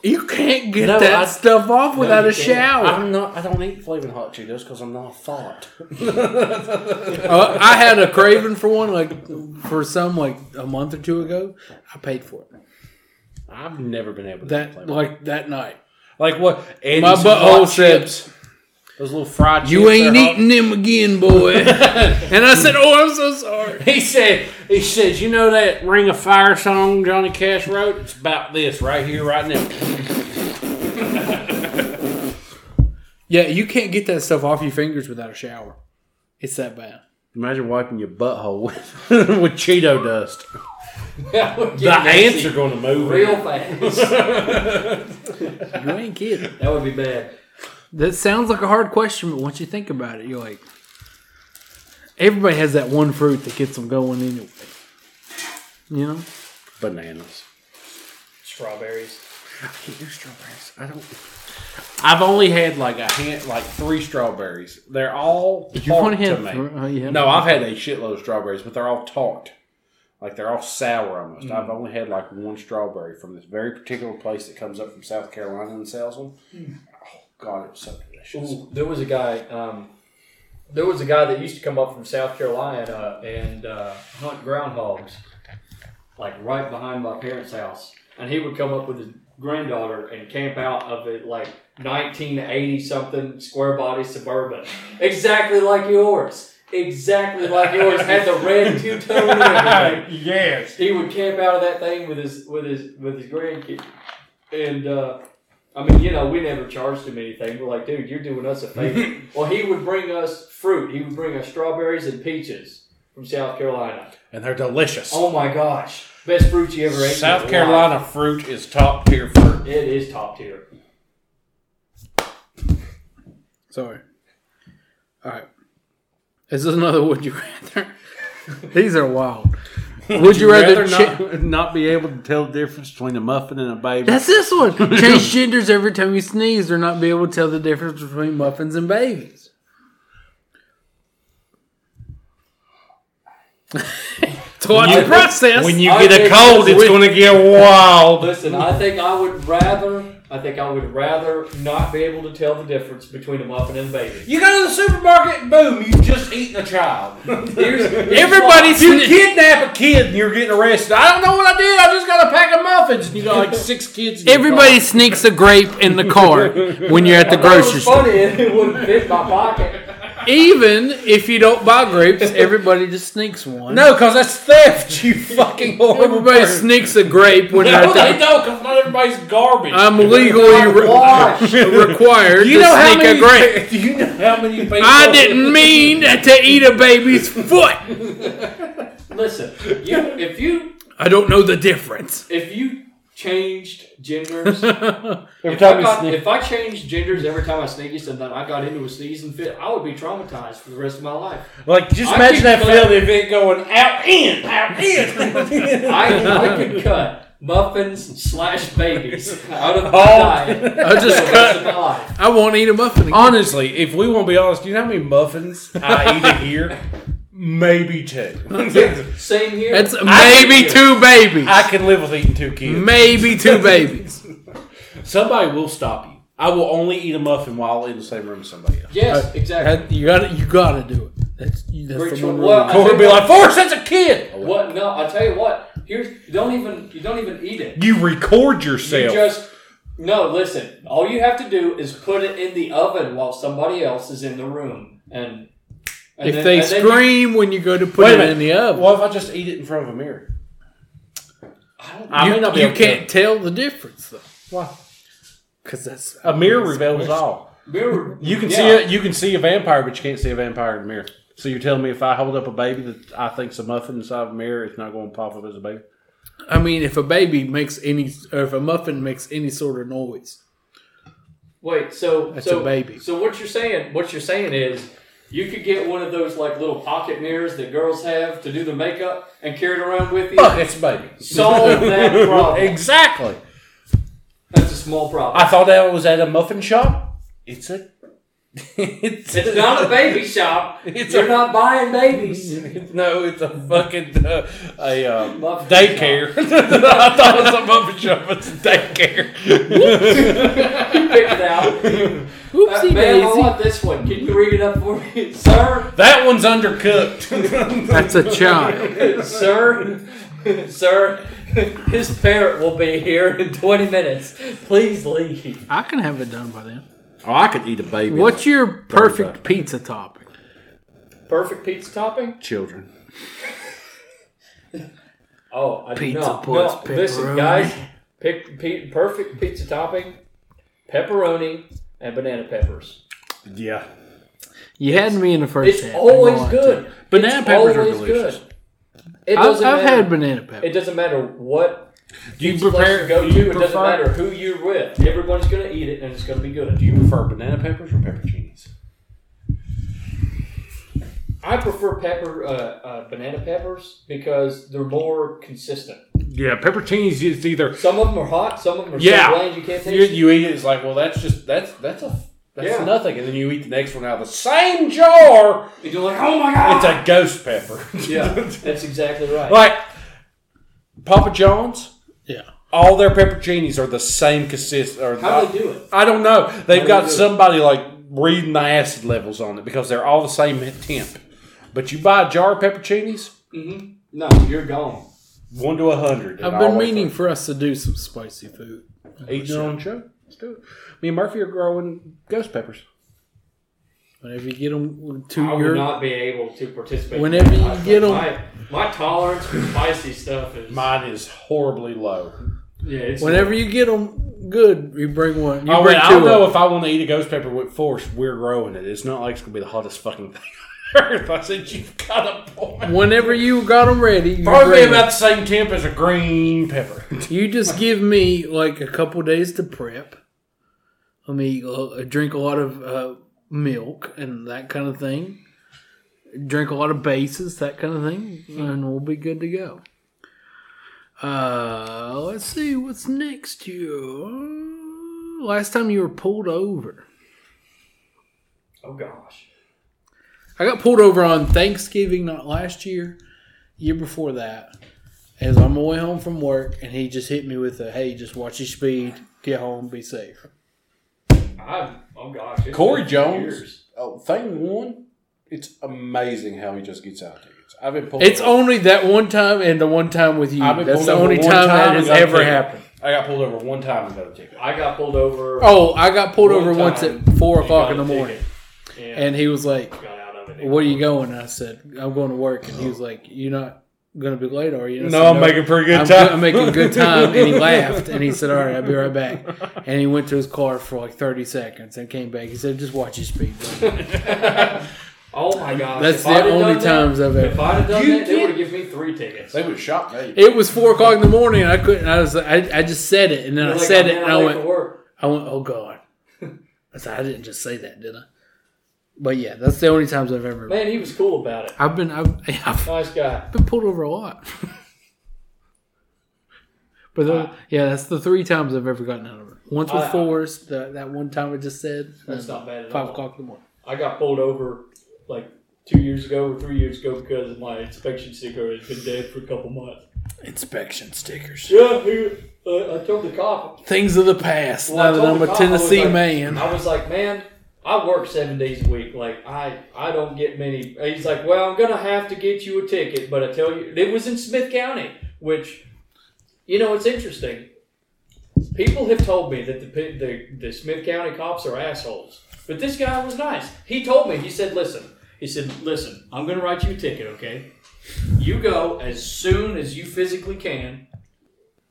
Speaker 1: You can't get
Speaker 2: No,
Speaker 1: that
Speaker 2: I-
Speaker 1: stuff off without
Speaker 3: you
Speaker 1: a
Speaker 3: can't.
Speaker 1: shower.
Speaker 2: I'm not. I don't eat flavored hot Cheetos because I'm not a fart.
Speaker 1: Uh, I had a craving for one, like for some, like a month or two ago. I paid for it
Speaker 2: I've never been able to eat
Speaker 1: that
Speaker 2: flavored.
Speaker 1: like that night.
Speaker 2: like what? And
Speaker 1: My
Speaker 2: some hot
Speaker 1: butthole said,
Speaker 2: chips. those little fried.
Speaker 1: "You
Speaker 2: chips
Speaker 1: ain't
Speaker 2: that are hot.
Speaker 1: eating them again, boy." and I said, "Oh, I'm so sorry."
Speaker 2: He said, he says, you know that Ring of Fire song Johnny Cash wrote? It's about this right here, right now.
Speaker 1: Yeah, you can't get that stuff off your fingers without a shower. It's that bad.
Speaker 2: Imagine wiping your butthole with, with Cheeto dust.
Speaker 3: Yeah, we're
Speaker 2: The
Speaker 3: getting
Speaker 2: ants are
Speaker 3: messy
Speaker 2: going to move.
Speaker 3: real fast.
Speaker 1: You ain't kidding.
Speaker 3: that would be bad.
Speaker 1: That sounds like a hard question, but once you think about it, you're like, everybody has that one fruit that gets them going anyway. You know?
Speaker 2: Bananas.
Speaker 3: Strawberries.
Speaker 2: strawberries. I don't. I've only had like a hand, like three strawberries. They're all
Speaker 1: You want
Speaker 2: tart
Speaker 1: to
Speaker 2: to
Speaker 1: have?
Speaker 2: me.
Speaker 1: uh, yeah.
Speaker 2: No, I've had a shitload of strawberries, but they're all tart. Like they're all sour almost. I've only had like one strawberry from this very particular place that comes up from South Carolina and sells them. Oh God, it was so delicious.
Speaker 3: Ooh, there was a guy. Um, there was a guy that used to come up from South Carolina and uh, hunt groundhogs, like right behind my parents' house. And he would come up with his granddaughter and camp out of it like 1980 something square body suburban, exactly like yours, exactly like yours. Had the red two tone and everything
Speaker 2: yes.
Speaker 3: he would camp out of that thing with his with his with his grandkid, and uh, I mean, you know, we never charged him anything. We're like, dude, you're doing us a favor. well, he would bring us fruit. He would bring us strawberries and peaches from South Carolina.
Speaker 2: And they're delicious.
Speaker 3: Oh my gosh, best fruit you ever ate. in
Speaker 2: South
Speaker 3: your
Speaker 2: Carolina fruit is top tier fruit.
Speaker 3: life. it is top tier.
Speaker 1: Sorry. All right. Is this another would you rather? These are wild. Would, you rather? cha-
Speaker 2: not, not be able to tell the difference between a muffin and a baby?
Speaker 1: That's this one. Change genders every time you sneeze or not be able to tell the difference between muffins and babies. it's a lot
Speaker 2: you-
Speaker 1: to process.
Speaker 2: when you
Speaker 3: I
Speaker 2: get a
Speaker 3: think
Speaker 2: cold,
Speaker 3: that's
Speaker 2: it's going to get wild.
Speaker 3: Listen, I think I would rather. I think I would rather not be able to tell the difference between a muffin and a baby.
Speaker 2: You go to the supermarket, boom, you've just eaten a child.
Speaker 3: Here's- here's
Speaker 2: Everybody,
Speaker 1: Everybody
Speaker 2: if you
Speaker 1: sni-
Speaker 2: kidnap a kid and you're getting arrested, I don't know what I did. I just got a pack of muffins, and you got like six kids. in your
Speaker 1: Everybody
Speaker 2: car.
Speaker 1: sneaks a grape in the car when you're at the
Speaker 3: What
Speaker 1: grocery
Speaker 3: was
Speaker 1: store.
Speaker 3: funny is it wouldn't fit my pocket.
Speaker 1: Even if you don't buy grapes, everybody just sneaks one.
Speaker 2: No, because that's theft. You fucking horrible.
Speaker 1: everybody
Speaker 2: person.
Speaker 1: sneaks a grape when they're
Speaker 2: No,
Speaker 1: at
Speaker 2: they
Speaker 1: the.
Speaker 2: don't, because not everybody's garbage.
Speaker 1: I'm legally re-
Speaker 3: Wash.
Speaker 1: required
Speaker 2: you
Speaker 1: to
Speaker 2: know how
Speaker 1: sneak
Speaker 2: many?
Speaker 1: a grape.
Speaker 2: Do you know how many people?
Speaker 1: I didn't mean to eat a baby's foot.
Speaker 3: Listen, you, if you
Speaker 1: I don't know the difference.
Speaker 3: if you changed genders, if,
Speaker 2: Every
Speaker 3: I
Speaker 2: time you
Speaker 3: got,
Speaker 2: sneak,
Speaker 3: if I changed genders every time I sneezed and then I got into a sneezing fit, I would be traumatized for the rest of my life.
Speaker 2: like just
Speaker 3: I
Speaker 2: imagine
Speaker 3: keep
Speaker 2: that
Speaker 3: going-
Speaker 2: field if it going out in out in.
Speaker 3: I, I could cut muffins slash babies out of my
Speaker 2: Oh.
Speaker 3: diet
Speaker 1: I
Speaker 3: for the
Speaker 1: just
Speaker 3: rest of
Speaker 1: cut.
Speaker 3: my life.
Speaker 1: I won't eat a muffin again.
Speaker 2: Honestly, if we want to be honest, do you know how many muffins I eat a year? Maybe two.
Speaker 3: Same here.
Speaker 1: That's
Speaker 2: I-
Speaker 1: maybe two babies.
Speaker 2: I can live with eating two kids.
Speaker 1: Maybe two babies.
Speaker 2: Somebody will stop you. I will only eat a muffin while in the same room as somebody else.
Speaker 1: Uh,
Speaker 3: yes, exactly.
Speaker 1: That- you got to You got to do it. That's you- that's
Speaker 3: Rachel,
Speaker 1: the one
Speaker 3: what-
Speaker 1: rule.
Speaker 2: Or it'll be like, Forrest, that's a kid.
Speaker 3: What? No, I tell you what. Here's you don't even you don't even eat it.
Speaker 2: You record
Speaker 3: You
Speaker 2: yourself.
Speaker 3: just no. Listen, all you have to do is put it in the oven while somebody else is in the room, and, and
Speaker 1: If
Speaker 3: then-
Speaker 1: they
Speaker 3: and then
Speaker 1: scream when you go to put
Speaker 2: Wait a
Speaker 1: it
Speaker 2: minute.
Speaker 1: in the oven,
Speaker 2: What if I just eat it in front of a mirror?
Speaker 3: I don't-
Speaker 2: I
Speaker 1: you,
Speaker 2: may not be
Speaker 1: you
Speaker 2: able to.
Speaker 1: can't tell the difference though,
Speaker 2: Why?
Speaker 1: because that's
Speaker 2: A mirror reveals all.
Speaker 3: Mirror-
Speaker 2: You can
Speaker 3: yeah.
Speaker 2: see it. You can see a vampire, but you can't see a vampire in a mirror. So you're telling me if I hold up a baby that I think's a muffin inside of a mirror, it's not going to pop up as a baby?
Speaker 1: I mean, if a baby makes any, or if a muffin makes any sort of noise,
Speaker 3: Wait, so
Speaker 1: That's
Speaker 3: so
Speaker 1: a baby.
Speaker 3: So what you're saying? What you're saying is you could get one of those like little pocket mirrors that girls have to do their makeup and carry it around with you.
Speaker 2: Fuck, it's a baby.
Speaker 3: Solve that problem.
Speaker 2: Exactly.
Speaker 3: That's a small problem.
Speaker 2: I thought that was at a muffin shop. It's a. it's,
Speaker 3: It's not a baby shop.
Speaker 2: It's
Speaker 3: You're
Speaker 2: a-
Speaker 3: not buying babies.
Speaker 2: No, it's a fucking uh, a um,
Speaker 3: Muffin
Speaker 2: daycare. I thought it was a muffin shop. It's a daycare.
Speaker 3: You picked it out. Uh,
Speaker 1: whoopsie
Speaker 3: ma'am, I
Speaker 1: daisy.
Speaker 3: want this one. Can you read it up for me, sir?
Speaker 2: that one's undercooked.
Speaker 1: That's a child.
Speaker 3: sir, sir, his parent will be here in 20 minutes. Please leave.
Speaker 1: I can have it done by then.
Speaker 2: oh, I could eat a baby.
Speaker 1: What's your perfect
Speaker 2: Perfect.
Speaker 1: pizza topping?
Speaker 3: Perfect pizza topping?
Speaker 2: children?
Speaker 3: Oh, I
Speaker 1: Pizza
Speaker 3: do not.
Speaker 1: puts
Speaker 3: no, listen,
Speaker 1: pepperoni.
Speaker 3: guys. Pick, pe- perfect pizza topping, pepperoni, and banana peppers.
Speaker 2: Yeah.
Speaker 1: You had me in the first
Speaker 3: It's
Speaker 1: half. I ain't gonna
Speaker 3: always
Speaker 1: lie to you.
Speaker 3: good.
Speaker 2: Banana
Speaker 3: It's
Speaker 2: peppers are
Speaker 3: always
Speaker 2: delicious.
Speaker 3: Good. It
Speaker 1: I've,
Speaker 3: doesn't
Speaker 1: I've
Speaker 3: matter.
Speaker 1: had banana pepper.
Speaker 3: It doesn't matter what
Speaker 2: Do you
Speaker 3: each place
Speaker 2: prepare?
Speaker 3: you go
Speaker 2: do
Speaker 3: to.
Speaker 2: you
Speaker 3: It doesn't
Speaker 2: prefer-
Speaker 3: matter who you're with. Everybody's gonna eat it, and it's gonna be good.
Speaker 2: Do you prefer banana peppers or pepperoncinis?
Speaker 3: I prefer pepper, uh, uh, banana peppers because they're more consistent.
Speaker 2: Yeah, pepperoncinis is either.
Speaker 3: Some of them are hot. Some of them are
Speaker 2: Yeah.
Speaker 3: so bland you can't taste.
Speaker 2: You,
Speaker 3: it.
Speaker 2: you eat it, it's like, well, that's just that's that's a that's
Speaker 3: Yeah.
Speaker 2: nothing, and then you eat the next one out of the same jar.
Speaker 3: And you're like, oh my
Speaker 2: It's
Speaker 3: god!
Speaker 2: a ghost pepper.
Speaker 3: yeah, that's exactly right.
Speaker 2: like Papa John's.
Speaker 1: Yeah.
Speaker 2: All their pepperoncinis are the same consist. Or
Speaker 3: How do they do it?
Speaker 2: I don't know. They've
Speaker 3: How
Speaker 2: got
Speaker 3: they do it?
Speaker 2: somebody like reading the acid levels on it because they're all the same temp. But you buy a jar of pepperoncinis,
Speaker 3: hmm No, you're gone.
Speaker 2: one to a hundred. and
Speaker 1: I've
Speaker 2: all
Speaker 1: been
Speaker 2: the way
Speaker 1: meaning
Speaker 2: through.
Speaker 1: for us to do some spicy food.
Speaker 2: eating it on the show. Let's do it. Me and Murphy are growing ghost peppers.
Speaker 1: Whenever you get them to
Speaker 4: I would
Speaker 3: I would
Speaker 1: your,
Speaker 3: not be able to participate.
Speaker 1: whenever you get them,
Speaker 4: My, my tolerance for spicy stuff is.
Speaker 2: Mine is horribly low.
Speaker 4: yeah, it's.
Speaker 1: whenever you get them good, you bring one. You
Speaker 2: I, mean,
Speaker 1: bring
Speaker 2: Oh, I
Speaker 1: two.
Speaker 2: don't know
Speaker 1: of
Speaker 2: if I want to eat a ghost pepper with force. We're growing it. It's not like it's gonna be the hottest fucking thing on earth. I said you've got a point.
Speaker 1: 'em. Whenever you got them ready, you,
Speaker 2: Probably
Speaker 1: bring 'em.
Speaker 2: about the same temp as a green pepper.
Speaker 1: you just give me like a couple days to prep. Let me uh, drink a lot of uh, milk and that kind of thing. Drink a lot of bases, that kind of thing, and we'll be good to go. Uh, let's see what's next here. Last time you were pulled over.
Speaker 3: Oh gosh.
Speaker 1: I got pulled over on Thanksgiving, not last year, year before that. As I'm away home from work, and he just hit me with a, "Hey, just watch your speed, get home, be safe."
Speaker 3: I'm, oh gosh. it's
Speaker 2: Corey
Speaker 3: been
Speaker 2: Jones.
Speaker 3: years.
Speaker 2: Oh, thing one, it's amazing how he just gets out tickets. I've been pulled.
Speaker 1: It's
Speaker 2: over.
Speaker 1: only that one time and the one time with you.
Speaker 2: I've been
Speaker 1: That's
Speaker 2: pulled
Speaker 1: the
Speaker 2: over
Speaker 1: only
Speaker 2: one
Speaker 1: time, that
Speaker 2: and
Speaker 1: has
Speaker 2: got a
Speaker 1: ever
Speaker 2: ticket.
Speaker 1: happened.
Speaker 2: I got pulled over one time and got a ticket.
Speaker 3: I got pulled over.
Speaker 1: Oh, I got pulled
Speaker 3: One
Speaker 1: over once
Speaker 3: time,
Speaker 1: at four
Speaker 3: you
Speaker 1: o'clock
Speaker 3: got
Speaker 1: in the
Speaker 3: a ticket.
Speaker 1: morning,
Speaker 4: Yeah,
Speaker 1: and he was like,
Speaker 4: got out of it.
Speaker 1: "Where are you going?" I said, "I'm going to work," and he was like, "You're not gonna be late, are you?" I said,
Speaker 2: No, I'm making pretty good
Speaker 1: I'm,
Speaker 2: time.
Speaker 1: good- I'm making good time. And he laughed and he said, All right, I'll be right back. And he went to his car for like 30 seconds and came back. He said, Just watch your speed. bro."
Speaker 3: Oh my gosh.
Speaker 1: That's
Speaker 3: If
Speaker 1: the
Speaker 3: I'd have
Speaker 1: only
Speaker 3: done that-
Speaker 1: times I've
Speaker 3: If
Speaker 1: ever.
Speaker 3: I'd have done
Speaker 2: You
Speaker 3: that, they
Speaker 2: did-
Speaker 3: would have given me three tickets.
Speaker 2: They would shock me.
Speaker 1: It was four o'clock in the morning. I couldn't. I was. I, I just said it, and then I
Speaker 3: You're like,
Speaker 1: said
Speaker 3: "Oh,
Speaker 1: it,
Speaker 3: man,
Speaker 1: and I
Speaker 3: I'm late
Speaker 1: went.
Speaker 3: for work."
Speaker 1: I went. Oh God! I said I didn't just say that, did I? But yeah, that's the only times I've ever.
Speaker 3: Man, he was cool about it.
Speaker 1: I've been. I've, I've
Speaker 3: Nice guy.
Speaker 1: been pulled over a lot. but the, yeah, that's the three times I've ever gotten out of it. Once with
Speaker 3: I-
Speaker 1: fours, the, that one time I just said.
Speaker 3: That's
Speaker 1: and
Speaker 3: not bad at
Speaker 1: Five
Speaker 3: all.
Speaker 1: o'clock in the morning.
Speaker 3: I got pulled over like two years ago or three years ago because my inspection sticker had been dead for a couple months.
Speaker 1: Inspection stickers.
Speaker 3: Yeah, he- uh, I told the cop.
Speaker 1: Things of the past.
Speaker 3: well, I
Speaker 1: now that
Speaker 3: told
Speaker 1: I'm
Speaker 3: the
Speaker 1: a
Speaker 3: cop, I was
Speaker 1: Tennessee
Speaker 3: like-
Speaker 1: man.
Speaker 3: I was like, man, I work seven days a week. Like, I I don't get many. and He's like, well, I'm gonna have to get you a ticket, but I tell you, it was in Smith County, which, you know, it's interesting. People have told me that the pi- the, the Smith County cops are assholes, but this guy was nice. He told me. He said, listen. He said, listen, I'm gonna write you a ticket, okay? You go as soon as you physically can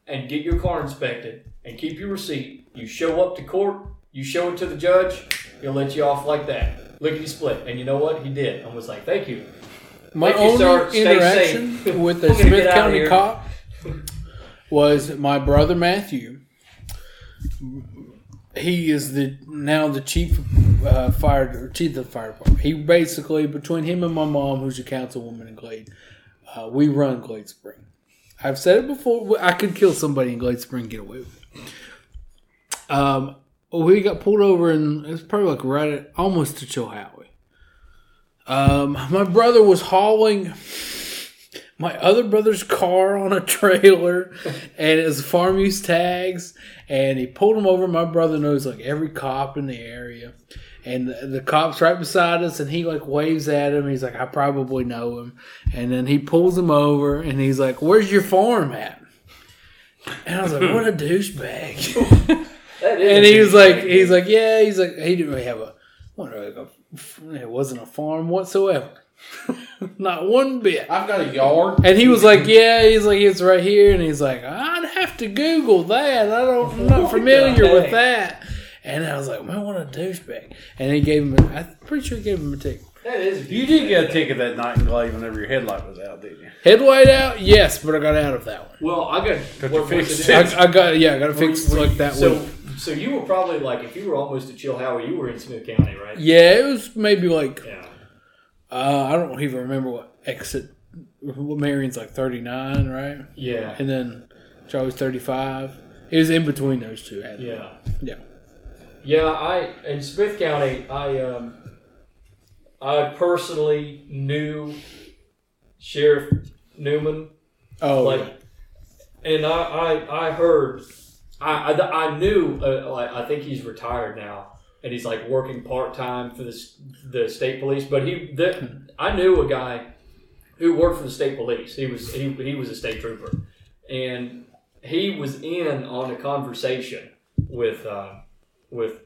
Speaker 3: and get your car inspected and keep your receipt. You show up to court, you show it to the judge, he'll let you off like that. Lickety split. And you know what? He did. I was like, thank you.
Speaker 1: My
Speaker 3: Thank you,
Speaker 1: only
Speaker 3: sir. Stay
Speaker 1: interaction
Speaker 3: safe.
Speaker 1: with
Speaker 3: We're
Speaker 1: the
Speaker 3: gonna
Speaker 1: Smith
Speaker 3: get out of
Speaker 1: County
Speaker 3: here.
Speaker 1: cop was my brother Matthew. He is the now the chief of, uh, fire chief of the fire department. He basically between him and my mom, who's a councilwoman in Glade, uh, we run Glade Spring. I've said it before. I could kill somebody in Glade Spring, and get away with it. Um, we got pulled over, and it's probably like right at almost to Chilhowie. Um, my brother was hauling my other brother's car on a trailer, and it was farm use tags. And he pulled him over. My brother knows like every cop in the area, and the, the cop's right beside us. And he like waves at him. He's like, "I probably know him." And then he pulls him over, and he's like, "Where's your farm at?" And I was like, "What a douchebag."
Speaker 3: That is
Speaker 1: and he was like,
Speaker 3: interesting.
Speaker 1: he's like, yeah, he's like, he didn't really have a, what, like a it wasn't a farm whatsoever, not one bit.
Speaker 2: I've got a yard.
Speaker 1: And he was like, yeah, he's like, it's right here, and he's like, I'd have to Google that. I don't, I'm not
Speaker 3: What the
Speaker 1: familiar with
Speaker 3: heck?
Speaker 1: that. And I was like, man, what a douchebag. And he gave him, a, I'm pretty sure he gave him a ticket.
Speaker 3: That is.
Speaker 2: You did get a ticket that night in Glade whenever your headlight was out, didn't you?
Speaker 1: Headlight out, yes, but I got out of that one.
Speaker 4: Well, I got
Speaker 2: Got
Speaker 4: what
Speaker 2: your
Speaker 4: was
Speaker 2: fix
Speaker 4: it?
Speaker 2: fixed.
Speaker 1: I, I got, yeah, I got to fix
Speaker 4: Were you-
Speaker 1: like that
Speaker 4: so,
Speaker 1: one.
Speaker 4: So you were probably like, if you were almost at Chillhowie, you were in Smith County, right?
Speaker 1: Yeah, it was maybe like,
Speaker 4: Yeah.
Speaker 1: uh, I don't even remember what exit, what Marion's like 39, right?
Speaker 4: Yeah.
Speaker 1: And then Charlie's 35. It was in between those two. I think.
Speaker 4: Yeah.
Speaker 1: Yeah.
Speaker 3: Yeah, I in Smith County, I um, I personally knew Sheriff Newman,
Speaker 1: Oh,
Speaker 3: like, and I I, I heard, I I, I knew uh, like I think he's retired now, and he's like working part time for the s- the state police. But he, the, I knew a guy who worked for the state police. He was he, he was a state trooper, and he was in on a conversation with uh, with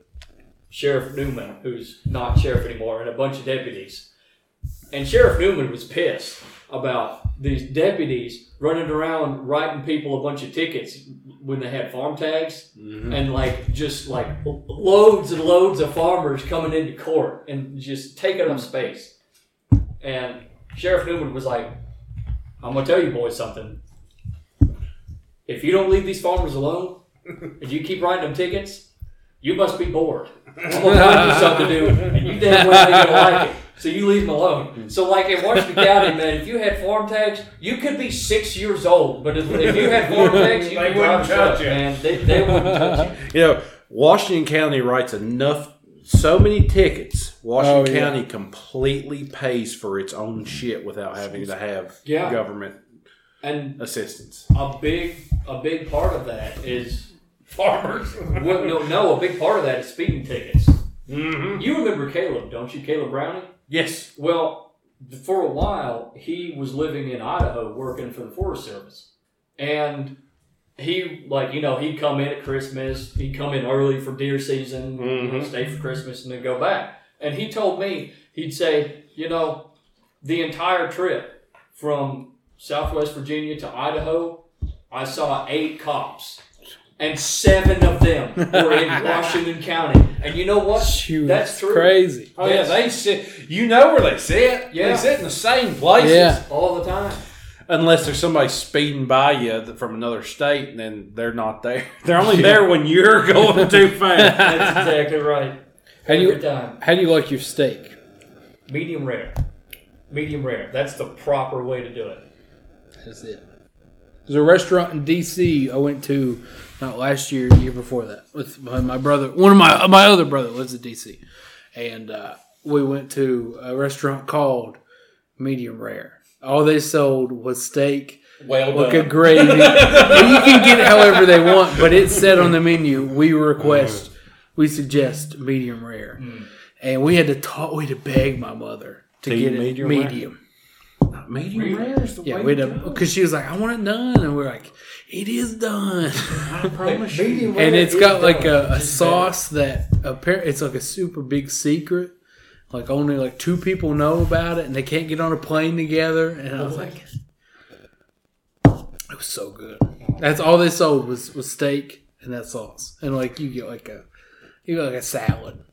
Speaker 3: Sheriff Newman, who's not sheriff anymore, and a bunch of deputies. And Sheriff Newman was pissed about these deputies running around writing people a bunch of tickets when they had farm tags and like just like loads and loads of farmers coming into court and just taking up space. And Sheriff Newman was like, I'm gonna tell you boys something. If you don't leave these farmers alone, if you keep writing them tickets, you must be bored. I'm gonna find you something to do, and you damn well ain't gonna like it. So you leave them alone. So like in Washington County, man, if you had farm tags, you could be six years old, but if, if you had farm tags, you
Speaker 2: They
Speaker 3: could
Speaker 2: wouldn't
Speaker 3: drive truck,
Speaker 2: touch you.
Speaker 3: man. They, they wouldn't touch you.
Speaker 2: You know, Washington County writes enough, so many tickets. Washington
Speaker 1: Oh, yeah.
Speaker 2: County completely pays for its own shit without having to have
Speaker 3: Yeah.
Speaker 2: government
Speaker 3: And
Speaker 2: assistance.
Speaker 3: a big a big part of that is
Speaker 4: Farmers.
Speaker 3: well, no no a big part of that is speeding tickets.
Speaker 4: mm-hmm.
Speaker 3: You remember Caleb, don't you? Caleb Browning.
Speaker 2: Yes.
Speaker 3: Well, for a while, he was living in Idaho working for the Forest Service. And he, like, you know, he'd come in at Christmas, he'd come in early for deer season, you know,
Speaker 2: Mhm.
Speaker 3: stay for Christmas, and then go back. And he told me, he'd say, you know, the entire trip from Southwest Virginia to Idaho, I saw eight cops. And seven of them were in Washington County. And you know what?
Speaker 1: shoot,
Speaker 3: That's true.
Speaker 1: crazy.
Speaker 2: Oh yeah, they sit. You know where they sit.
Speaker 3: Yeah.
Speaker 2: They sit in the same places.
Speaker 1: Yeah.
Speaker 3: All the time.
Speaker 2: Unless there's somebody speeding by you th- from another state, and then they're not there. They're only there when you're going too fast.
Speaker 3: That's exactly right.
Speaker 1: How do
Speaker 3: Every
Speaker 1: you
Speaker 3: time.
Speaker 1: how do you like your steak?
Speaker 3: Medium rare. Medium rare. That's the proper way to do it.
Speaker 1: That's it. There's a restaurant in D.C. I went to not last year, the year before that with my my brother. One of my my other brother lives in D.C. and uh, we went to a restaurant called Medium Rare. All they sold was steak,
Speaker 2: well
Speaker 1: like a
Speaker 2: done.
Speaker 1: gravy. you can get it however they want, but it said on the menu, "We request,
Speaker 2: Mm.
Speaker 1: we suggest medium rare," and we had to talk, we had to beg my mother to
Speaker 2: To eat
Speaker 1: get it medium.
Speaker 2: medium rare? Medium rare is the
Speaker 1: Yeah,
Speaker 2: way
Speaker 1: we
Speaker 2: to
Speaker 1: had
Speaker 2: go.
Speaker 1: because she was like, "I want it done," and we are like, "It is done,"
Speaker 2: I promise you.
Speaker 3: Medium
Speaker 1: and it's
Speaker 3: is
Speaker 1: got like
Speaker 3: done.
Speaker 1: a, a
Speaker 3: It's
Speaker 1: sauce that apparently it's like a super big secret. Like only like two people know about it, and they can't get on a plane together. And I was like, it was so good. That's all they sold was was steak and that sauce, and like you get like a you get like a salad.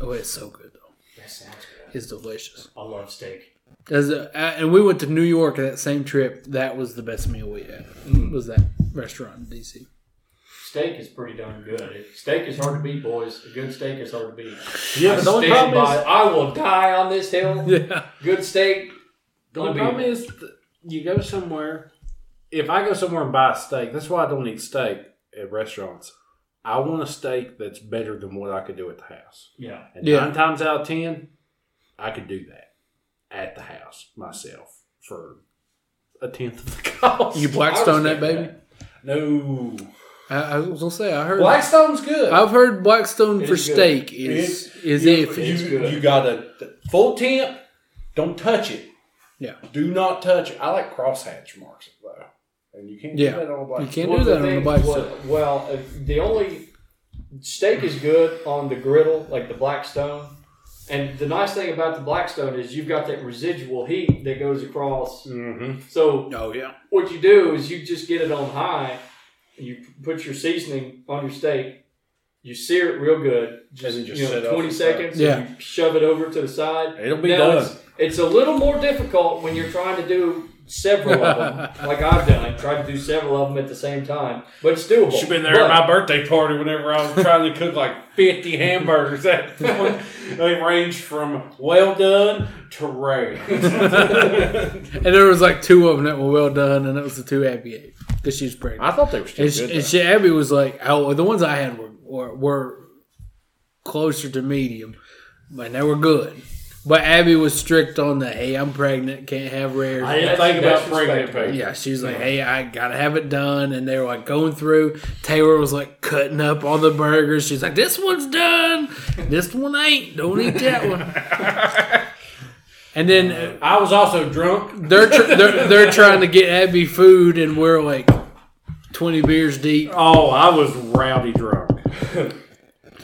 Speaker 1: Oh, it's so good though.
Speaker 3: better. That sounds good.
Speaker 1: It's delicious.
Speaker 3: I love steak.
Speaker 1: As a, uh, and we went to New York that same trip. That was the best meal we had.
Speaker 3: Mm.
Speaker 1: Was that restaurant in DC?
Speaker 3: Steak is pretty darn good. It- Steak is hard to beat, boys. A good steak is hard to beat.
Speaker 2: Yeah,
Speaker 3: I,
Speaker 2: but the only
Speaker 3: stand
Speaker 2: problem
Speaker 3: by-
Speaker 2: is,
Speaker 3: I will die on this hill.
Speaker 1: Yeah.
Speaker 3: Good steak.
Speaker 2: the only problem is th- you go somewhere. If I go somewhere and buy a steak, that's why I don't eat steak at restaurants. I want a steak that's better than what I could do at the house.
Speaker 3: Yeah.
Speaker 2: And
Speaker 1: Yeah.
Speaker 2: nine times out of ten, I could do that at the house myself for a tenth of the cost.
Speaker 1: You Blackstone that
Speaker 3: respect
Speaker 1: baby?
Speaker 2: no.
Speaker 1: I, I was gonna say I heard.
Speaker 2: Blackstone's good.
Speaker 1: I've heard Blackstone
Speaker 3: It
Speaker 1: for
Speaker 3: is good.
Speaker 1: steak is is
Speaker 2: you,
Speaker 1: if
Speaker 2: you,
Speaker 3: It's good.
Speaker 2: you got a full temp. Don't touch it.
Speaker 1: Yeah.
Speaker 2: Do not touch it. I like crosshatch marks though, and you can't
Speaker 1: Yeah.
Speaker 2: do that on a
Speaker 1: you
Speaker 2: Blackstone.
Speaker 1: can't
Speaker 3: Well,
Speaker 1: do
Speaker 3: the
Speaker 1: that on the
Speaker 3: thing-
Speaker 1: bike.
Speaker 3: well,
Speaker 1: side.
Speaker 3: Well, uh, the only steak is good on the griddle, like the Blackstone. And the nice thing about the Blackstone is you've got that residual heat that goes across.
Speaker 2: Mm-hmm.
Speaker 3: So
Speaker 1: Oh yeah,
Speaker 3: what you do is you just get it on high. You put your seasoning on your steak, You sear it real good.
Speaker 2: And
Speaker 3: Just,
Speaker 2: then just
Speaker 3: you know,
Speaker 2: set it off
Speaker 3: twenty
Speaker 2: the side.
Speaker 3: seconds.
Speaker 1: Yeah.
Speaker 3: And you shove it over to the side.
Speaker 2: It'll be
Speaker 3: Now,
Speaker 2: done.
Speaker 3: It's, it's a little more difficult when you're trying to do several of them, like I've done. Tried to do several of them at the same time, but it's doable.
Speaker 2: Should have been there
Speaker 3: But-
Speaker 2: at my birthday party whenever I was trying to cook like 50 hamburgers. That point. they ranged from well done to rare.
Speaker 1: And there was like two of them that were well done, and that was the two Abby ate because she's pregnant.
Speaker 2: I thought they were still
Speaker 1: And,
Speaker 2: good.
Speaker 1: she, and she, Abby was like, oh, the ones I had were, were were closer to medium, but they were good. But Abby was strict on the, hey, I'm pregnant, can't have rare.
Speaker 2: I didn't
Speaker 3: That's-
Speaker 2: think about
Speaker 3: that's
Speaker 2: pregnant
Speaker 3: respectable.
Speaker 2: people.
Speaker 1: Yeah, she was like, "Hey, I gotta have it done," and they were like going through. Taylor was like cutting up all the burgers. She's like, "This one's done. This one ain't. Don't eat that one." and then uh,
Speaker 2: I was also drunk.
Speaker 1: they're, tr- they're they're trying to get Abby food, and we're like twenty beers deep.
Speaker 2: Oh, I was rowdy drunk.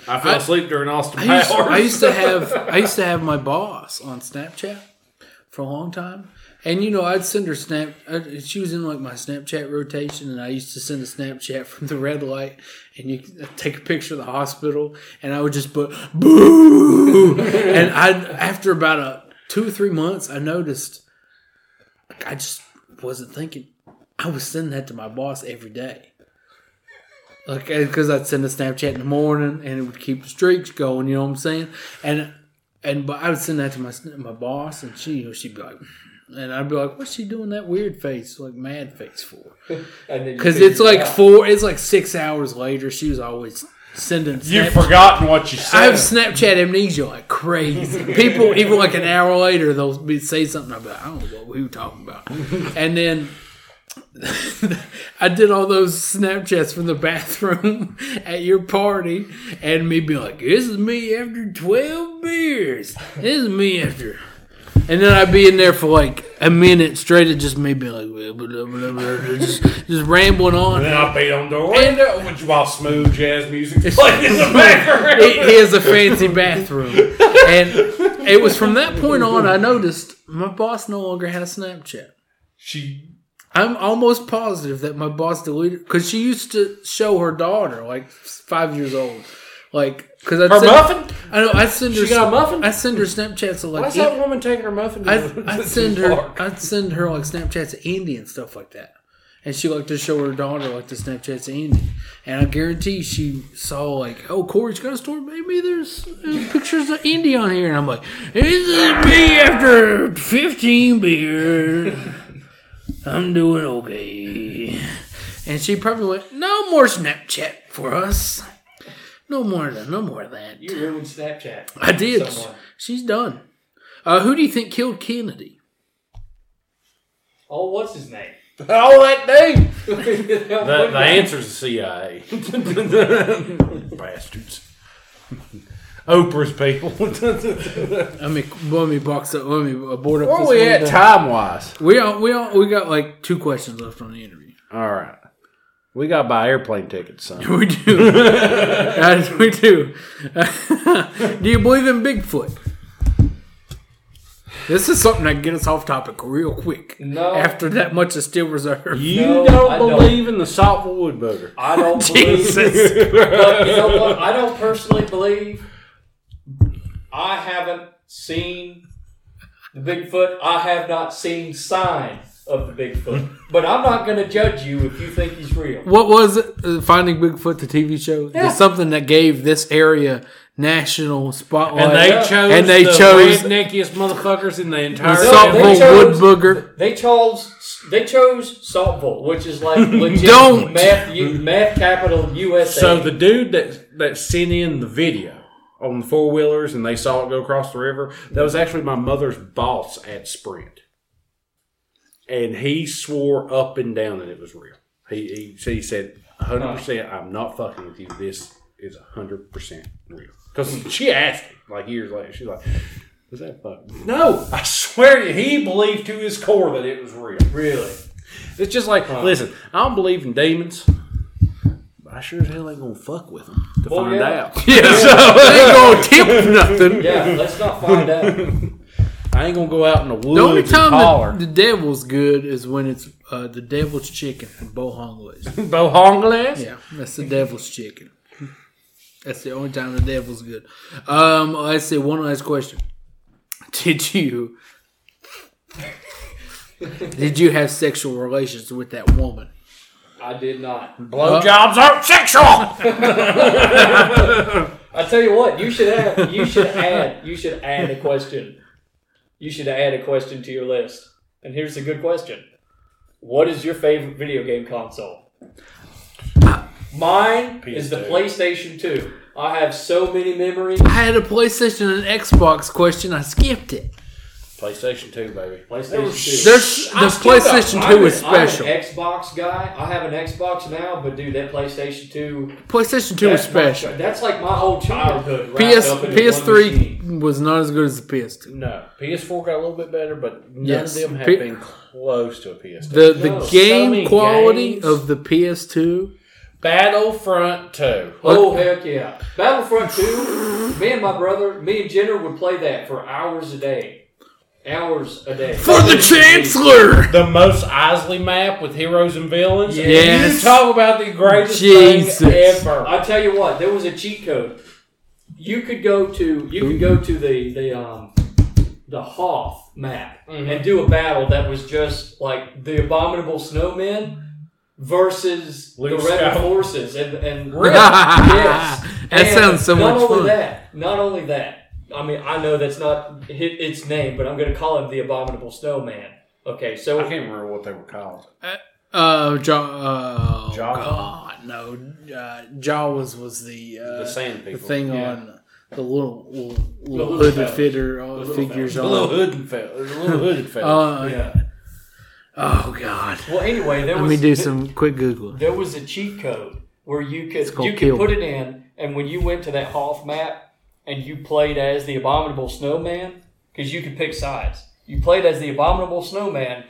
Speaker 2: I fell asleep during Austin
Speaker 1: I used,
Speaker 2: Powers.
Speaker 1: I used to have I used to have my boss on Snapchat for a long time, and you know I'd send her snap. I, she was in like my Snapchat rotation, and I used to send a Snapchat from the red light, and you could take a picture of the hospital, and I would just put boo, and I after about a two or three months, I noticed like, I just wasn't thinking. I was sending that to my boss every day. Like, because I'd send a Snapchat in the morning, and it would keep the streaks going. You know what I'm saying? And and but I would send that to my sn- my boss, and she you know, she'd be like, mm. and I'd be like, what's she doing that weird face, like mad face for?
Speaker 3: and then you
Speaker 1: Because
Speaker 3: figure
Speaker 1: it's
Speaker 3: it
Speaker 1: like
Speaker 3: out.
Speaker 1: four, it's like six hours later. She was always sending.
Speaker 2: You've
Speaker 1: Snapchat-
Speaker 2: forgotten what you said.
Speaker 1: I have Snapchat amnesia like crazy. People, even like an hour later, they'll be, say something about I don't know what we were talking about, and then I did all those Snapchats from the bathroom at your party, and me be like, "This is me after twelve beers. This is me after." And then I'd be in there for like a minute straight, It just me being like, blah, blah, blah, blah, blah, just, just rambling on. uh,
Speaker 2: then I beat on the window which- while smooth jazz music played in the
Speaker 1: he,
Speaker 2: background.
Speaker 1: he has a fancy bathroom. And it was from that point on I noticed my boss no longer had a Snapchat.
Speaker 2: She
Speaker 1: I'm almost positive that my boss deleted because she used to show her daughter, like five years old, like because I'd
Speaker 2: her
Speaker 1: send,
Speaker 2: muffin.
Speaker 1: I know I send her.
Speaker 2: She got a muffin?
Speaker 1: I send her Snapchats of
Speaker 2: Why
Speaker 1: like.
Speaker 2: is that woman taking her muffin? To
Speaker 1: I'd,
Speaker 2: the,
Speaker 1: I'd
Speaker 2: to
Speaker 1: send
Speaker 2: the
Speaker 1: her.
Speaker 2: park?
Speaker 1: I'd send her like Snapchats of Indy and stuff like that, and she liked to show her daughter like the Snapchats of Indy. And I guarantee she saw like, oh, Corey's got a store. Maybe there's, there's pictures of Indy on here, and I'm like, this is me after 15 beers. I'm doing okay. And she probably went, no more Snapchat for us. No more, of that- no more of that.
Speaker 3: you ruined Snapchat.
Speaker 1: I did.
Speaker 3: Someone.
Speaker 1: She's done. Uh, who do you think killed Kennedy?
Speaker 3: Oh, what's his name?
Speaker 2: All that name. The,
Speaker 3: the
Speaker 2: the answer's the CIA. Bastards. Oprah's people. Where
Speaker 1: Let me let me box up. Let me uh, board up. this
Speaker 2: we
Speaker 1: window.
Speaker 2: at time wise?
Speaker 1: We all, we all, we got like two questions left on the interview.
Speaker 2: All right. We got to buy airplane tickets, son.
Speaker 1: We do. Uh, we do. do you believe in Bigfoot? This is something that get us off topic real quick.
Speaker 3: No.
Speaker 1: After that much of Steel Reserve.
Speaker 2: You
Speaker 3: No,
Speaker 2: don't
Speaker 3: I don't.
Speaker 2: believe in the softwood wood booger.
Speaker 3: I don't believe.
Speaker 1: Jesus.
Speaker 3: But you know what? I don't personally believe. I haven't seen the Bigfoot. I have not seen sign of the Bigfoot. But I'm not going to judge you if you think he's real.
Speaker 1: What was it? Uh, Finding Bigfoot, the TV show? It's something that gave this area national spotlight.
Speaker 2: And they
Speaker 3: yeah.
Speaker 2: chose
Speaker 1: And they
Speaker 2: the
Speaker 1: chose-
Speaker 2: redneckiest motherfuckers in Oh, the entire
Speaker 1: Salt
Speaker 3: they
Speaker 1: Bull
Speaker 3: chose-
Speaker 1: Wood Booger.
Speaker 3: They chose they chose Saltville, which is like legit
Speaker 1: Don't.
Speaker 3: meth, U, meth capital USA.
Speaker 2: So the dude that that sent in the video on the four wheelers and they saw it go across the river, that was actually my mother's boss at Sprint. And he swore up and down that it was real. He he, he said, 100%, I'm not fucking with you. This is 100% real. Because she asked him, like years later, she's like, was that fuck? No, I swear to you, he believed to his core that it was real.
Speaker 3: really,
Speaker 2: It's just like, listen, I don't believe in demons, but I sure as hell ain't gonna fuck with them to
Speaker 3: Well,
Speaker 2: find
Speaker 3: yeah.
Speaker 2: out.
Speaker 1: Yeah, so they ain't gonna tip nothing.
Speaker 3: yeah. Let's not find out.
Speaker 2: I ain't gonna go out in the woods
Speaker 1: The only
Speaker 2: and
Speaker 1: time
Speaker 2: holler.
Speaker 1: the, the devil's good is when it's uh, the devil's chicken from Bohongles.
Speaker 2: Bohongles?
Speaker 1: Yeah, that's the devil's chicken. That's the only time the devil's good. Um, let's see. One last question: Did you did you have sexual relations with that woman?
Speaker 3: I did not.
Speaker 1: Uh-huh.
Speaker 2: Blowjobs aren't sexual.
Speaker 3: I tell you what, you should add. You should add. You should add a question. You should add a question to your list. And here's a good question: What is your favorite video game console? Mine is the
Speaker 2: PS2.
Speaker 3: PlayStation Two. I have so many memories.
Speaker 1: I had a PlayStation and Xbox question. I skipped it.
Speaker 2: PlayStation Two, baby.
Speaker 3: PlayStation Two.
Speaker 1: There's the PlayStation Two is special.
Speaker 3: I'm an Xbox guy. I have an Xbox now, but dude, that PlayStation Two.
Speaker 1: PlayStation Two is
Speaker 3: that's my-
Speaker 1: special.
Speaker 3: that's like my whole childhood. wrapped
Speaker 1: PS
Speaker 3: up into one machine.
Speaker 1: PS3 was not as good as the PS2.
Speaker 2: No, PS4 got a little bit better, but none
Speaker 1: Yes.
Speaker 2: of them have
Speaker 1: P-
Speaker 2: been close to a PS2.
Speaker 1: The the
Speaker 3: No, so
Speaker 1: game
Speaker 2: many
Speaker 1: quality
Speaker 2: games.
Speaker 1: of the PS2.
Speaker 2: Battlefront Two.
Speaker 3: Oh heck yeah! Battlefront Two. me and my brother, me and Jenner would play that for hours a day, hours a day
Speaker 1: For the Chancellor!
Speaker 2: The most Isley map with heroes and villains.
Speaker 1: Yes.
Speaker 2: You talk about the greatest
Speaker 1: Jesus.
Speaker 2: thing ever.
Speaker 3: I tell you what, there was a cheat code. You could go to you could go to the the um the Hoth map and do a battle that was just like the abominable snowmen versus
Speaker 2: Luke
Speaker 3: the rebel
Speaker 2: Skywalker.
Speaker 3: forces and and yes.
Speaker 1: that
Speaker 3: And
Speaker 1: sounds so
Speaker 3: not
Speaker 1: much
Speaker 3: only
Speaker 1: fun.
Speaker 3: That, not only that, I mean, I know that's not hi- its name, but I'm going to call him the Abominable Snowman. Okay,
Speaker 2: I
Speaker 3: so
Speaker 2: can't remember what they were called.
Speaker 1: Uh, Jaw. Oh,
Speaker 2: Jaw?
Speaker 1: God, no. Uh, Jaw was was the uh,
Speaker 2: The sand people.
Speaker 1: the thing
Speaker 3: yeah.
Speaker 1: on the little little, little
Speaker 3: little
Speaker 1: hooded
Speaker 3: fellas.
Speaker 1: fitter uh,
Speaker 3: little
Speaker 1: figures
Speaker 2: The little
Speaker 1: on.
Speaker 2: hooded fella. The little hooded fella.
Speaker 1: Uh,
Speaker 3: yeah.
Speaker 1: Oh God!
Speaker 3: Well, anyway, there
Speaker 1: Let
Speaker 3: was
Speaker 1: me do
Speaker 3: th-
Speaker 1: some quick googling.
Speaker 3: there was a cheat code where you could
Speaker 1: called
Speaker 3: you could
Speaker 1: Kill.
Speaker 3: put it in, and when you went to that Hoth map and you played as the Abominable Snowman, because you could pick sides. You played as the Abominable Snowman.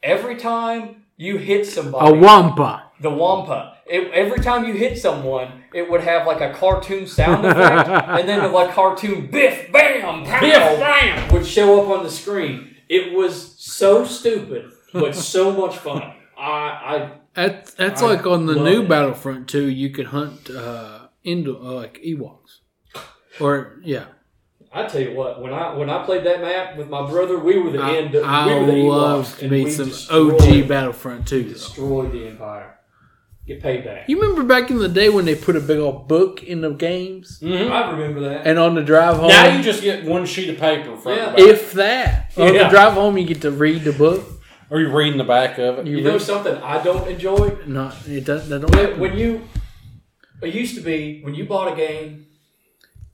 Speaker 3: Every time you hit somebody,
Speaker 1: A wampa.
Speaker 3: the wampa. It, every time you hit someone, it would have like a cartoon sound effect, and then like cartoon biff bam pow
Speaker 2: Biff, bam!
Speaker 3: would show up on the screen. It was so stupid, but so much fun. I,
Speaker 1: That's that's
Speaker 3: I
Speaker 1: like on the
Speaker 3: love
Speaker 1: new
Speaker 3: it.
Speaker 1: Battlefront too. You could hunt uh, Indo- uh, like Ewoks, or yeah.
Speaker 3: I, I tell you what, when I when I played that map with my brother, we were the
Speaker 1: I,
Speaker 3: end. Of,
Speaker 1: I
Speaker 3: we were the Ewoks,
Speaker 1: love to
Speaker 3: and
Speaker 1: meet
Speaker 3: we
Speaker 1: some
Speaker 3: destroyed-
Speaker 1: OG Battlefront too.
Speaker 3: Destroyed the empire. Get paid back.
Speaker 1: You remember back in the day when they put a big old book in the games,
Speaker 3: I remember that.
Speaker 1: Mm-hmm. and on the drive home,
Speaker 2: Now you just get one sheet of paper from
Speaker 3: Yeah.
Speaker 2: the back.
Speaker 1: if that on the
Speaker 2: Yeah.
Speaker 1: drive home you get to read the book.
Speaker 2: Are you reading the back of it?
Speaker 1: You,
Speaker 3: You
Speaker 1: read,
Speaker 3: know something I don't enjoy?
Speaker 1: not it doesn't that don't
Speaker 3: When,
Speaker 1: happen.
Speaker 3: when you, it used to be when you bought a game,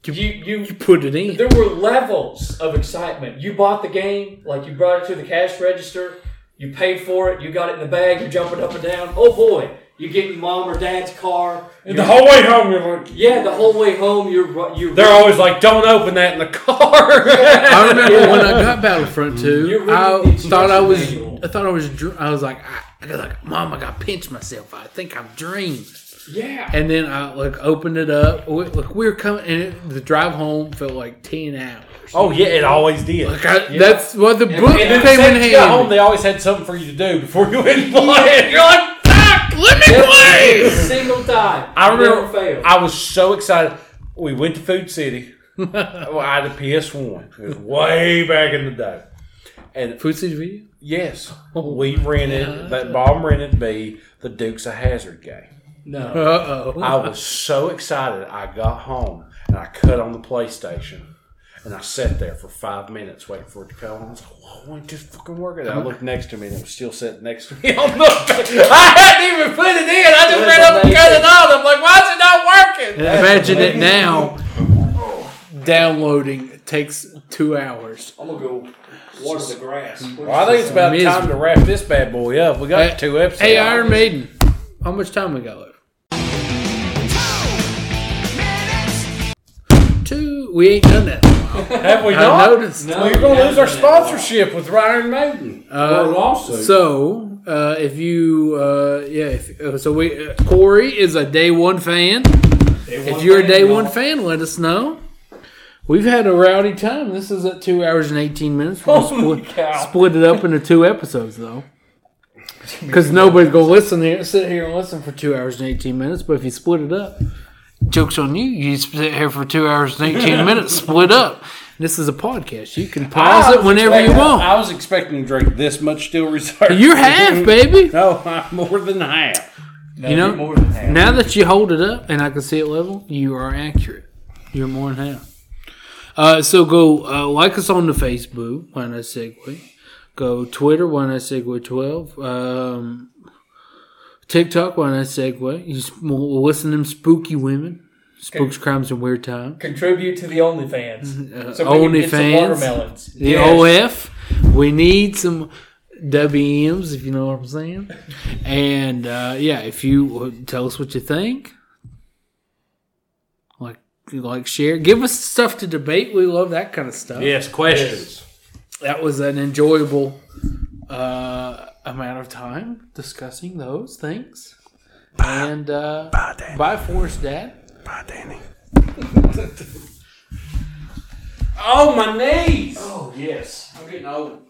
Speaker 3: you you,
Speaker 1: you put it in.
Speaker 3: there were levels of excitement. You bought the game, like you brought it to the cash register, you paid for it, you got it in the bag, you're jumping up and down. Oh boy, you're getting mom or dad's car.
Speaker 2: And the whole way home, you're like,
Speaker 3: Yeah, the whole way home, you're ru- you're
Speaker 2: they're always like, "Don't open that in the car."
Speaker 1: I remember when I got Battlefront
Speaker 3: You're
Speaker 1: Two,
Speaker 3: reading the
Speaker 1: I thought I was,
Speaker 3: instruction manual.
Speaker 1: I thought I was, dr- I was like, I, I was like, Mom, I got pinched myself. I think I'm dreaming.
Speaker 3: yeah.
Speaker 1: And then I like opened it up. We, like we were coming, and it, the drive home felt like ten hours.
Speaker 2: oh yeah, it always did.
Speaker 1: Like I, that's what the book
Speaker 3: and it
Speaker 1: came in
Speaker 2: Since you got home,
Speaker 1: handy.
Speaker 2: they always had something for you to do before you went and played. You're like,
Speaker 1: Fuck, let me play.
Speaker 3: Every single time,
Speaker 2: I remember.
Speaker 3: never failed.
Speaker 2: I was so excited. We went to Food City. Well, I had a PS One. It was way back in the day. And
Speaker 1: Footsie's video.
Speaker 2: yes, we rented that bomb rented me the Dukes of Hazard game.
Speaker 3: no,
Speaker 1: Uh oh.
Speaker 2: I was so excited. I got home and I cut on the PlayStation. And I sat there for five minutes waiting for it to come on. I was like, "Why won't just fucking working?" I looked next to me and it was still sitting next to me on the. I hadn't even put it in. I just ran up and cut it on. I'm like, "Why is it not working?"
Speaker 1: Imagine it now. Downloading takes two hours.
Speaker 3: I'm gonna go water the grass.
Speaker 2: Well, I think it's about time to wrap this bad boy up. We got two episodes.
Speaker 1: Hey, Iron Maiden, how much time we got left? Two. We ain't done that. in a while.
Speaker 2: Have we
Speaker 1: I
Speaker 2: not?
Speaker 1: noticed.
Speaker 3: No.
Speaker 2: We're gonna lose our sponsorship with Iron Maiden.
Speaker 1: Uh,
Speaker 2: Or lawsuit.
Speaker 1: So, uh, if you, uh, yeah, if, uh, so we, uh, Corey is a day one fan. if you're a day one fan, let us know. We've had a rowdy time. This is at two hours and 18 minutes. We'll
Speaker 2: Holy
Speaker 1: split,
Speaker 2: cow.
Speaker 1: split it up into two episodes, though. Because nobody's going to listen here, sit here and listen for two hours and 18 minutes. But if you split it up, Joke's on you. You sit here for two hours and 18 minutes, split up. This is a podcast. You can pause
Speaker 2: I
Speaker 1: it
Speaker 2: was
Speaker 1: whenever you
Speaker 2: expecting-
Speaker 1: want.
Speaker 2: I was expecting to drink this much still reserve.
Speaker 1: You're half, baby.
Speaker 2: No, I'm more than half.
Speaker 1: You know,
Speaker 4: you're more than half.
Speaker 1: Now that you hold it up and I can see it level, you are accurate. You're more than half. Uh, so go uh, like us on the Facebook, Why Not Segway. Go Twitter, Why Not Segway 12. Um, TikTok, Why Not Segway. You s- we'll listen to them spooky women. Spooks, crimes, and weird times.
Speaker 4: Contribute to the OnlyFans.
Speaker 1: Uh,
Speaker 4: So we can get some
Speaker 1: OnlyFans.
Speaker 4: watermelons.
Speaker 1: The OF. We need some WMs, if you know what I'm saying. And uh, yeah, if you uh, tell us what you think, like like share, give us stuff to debate. We love that kind of stuff.
Speaker 2: Yes, questions.
Speaker 1: That was an enjoyable uh, amount of time discussing those things. And uh, bye, Forrest Dad.
Speaker 2: Oh, my knees.
Speaker 4: Oh, yes.
Speaker 2: I'm getting old.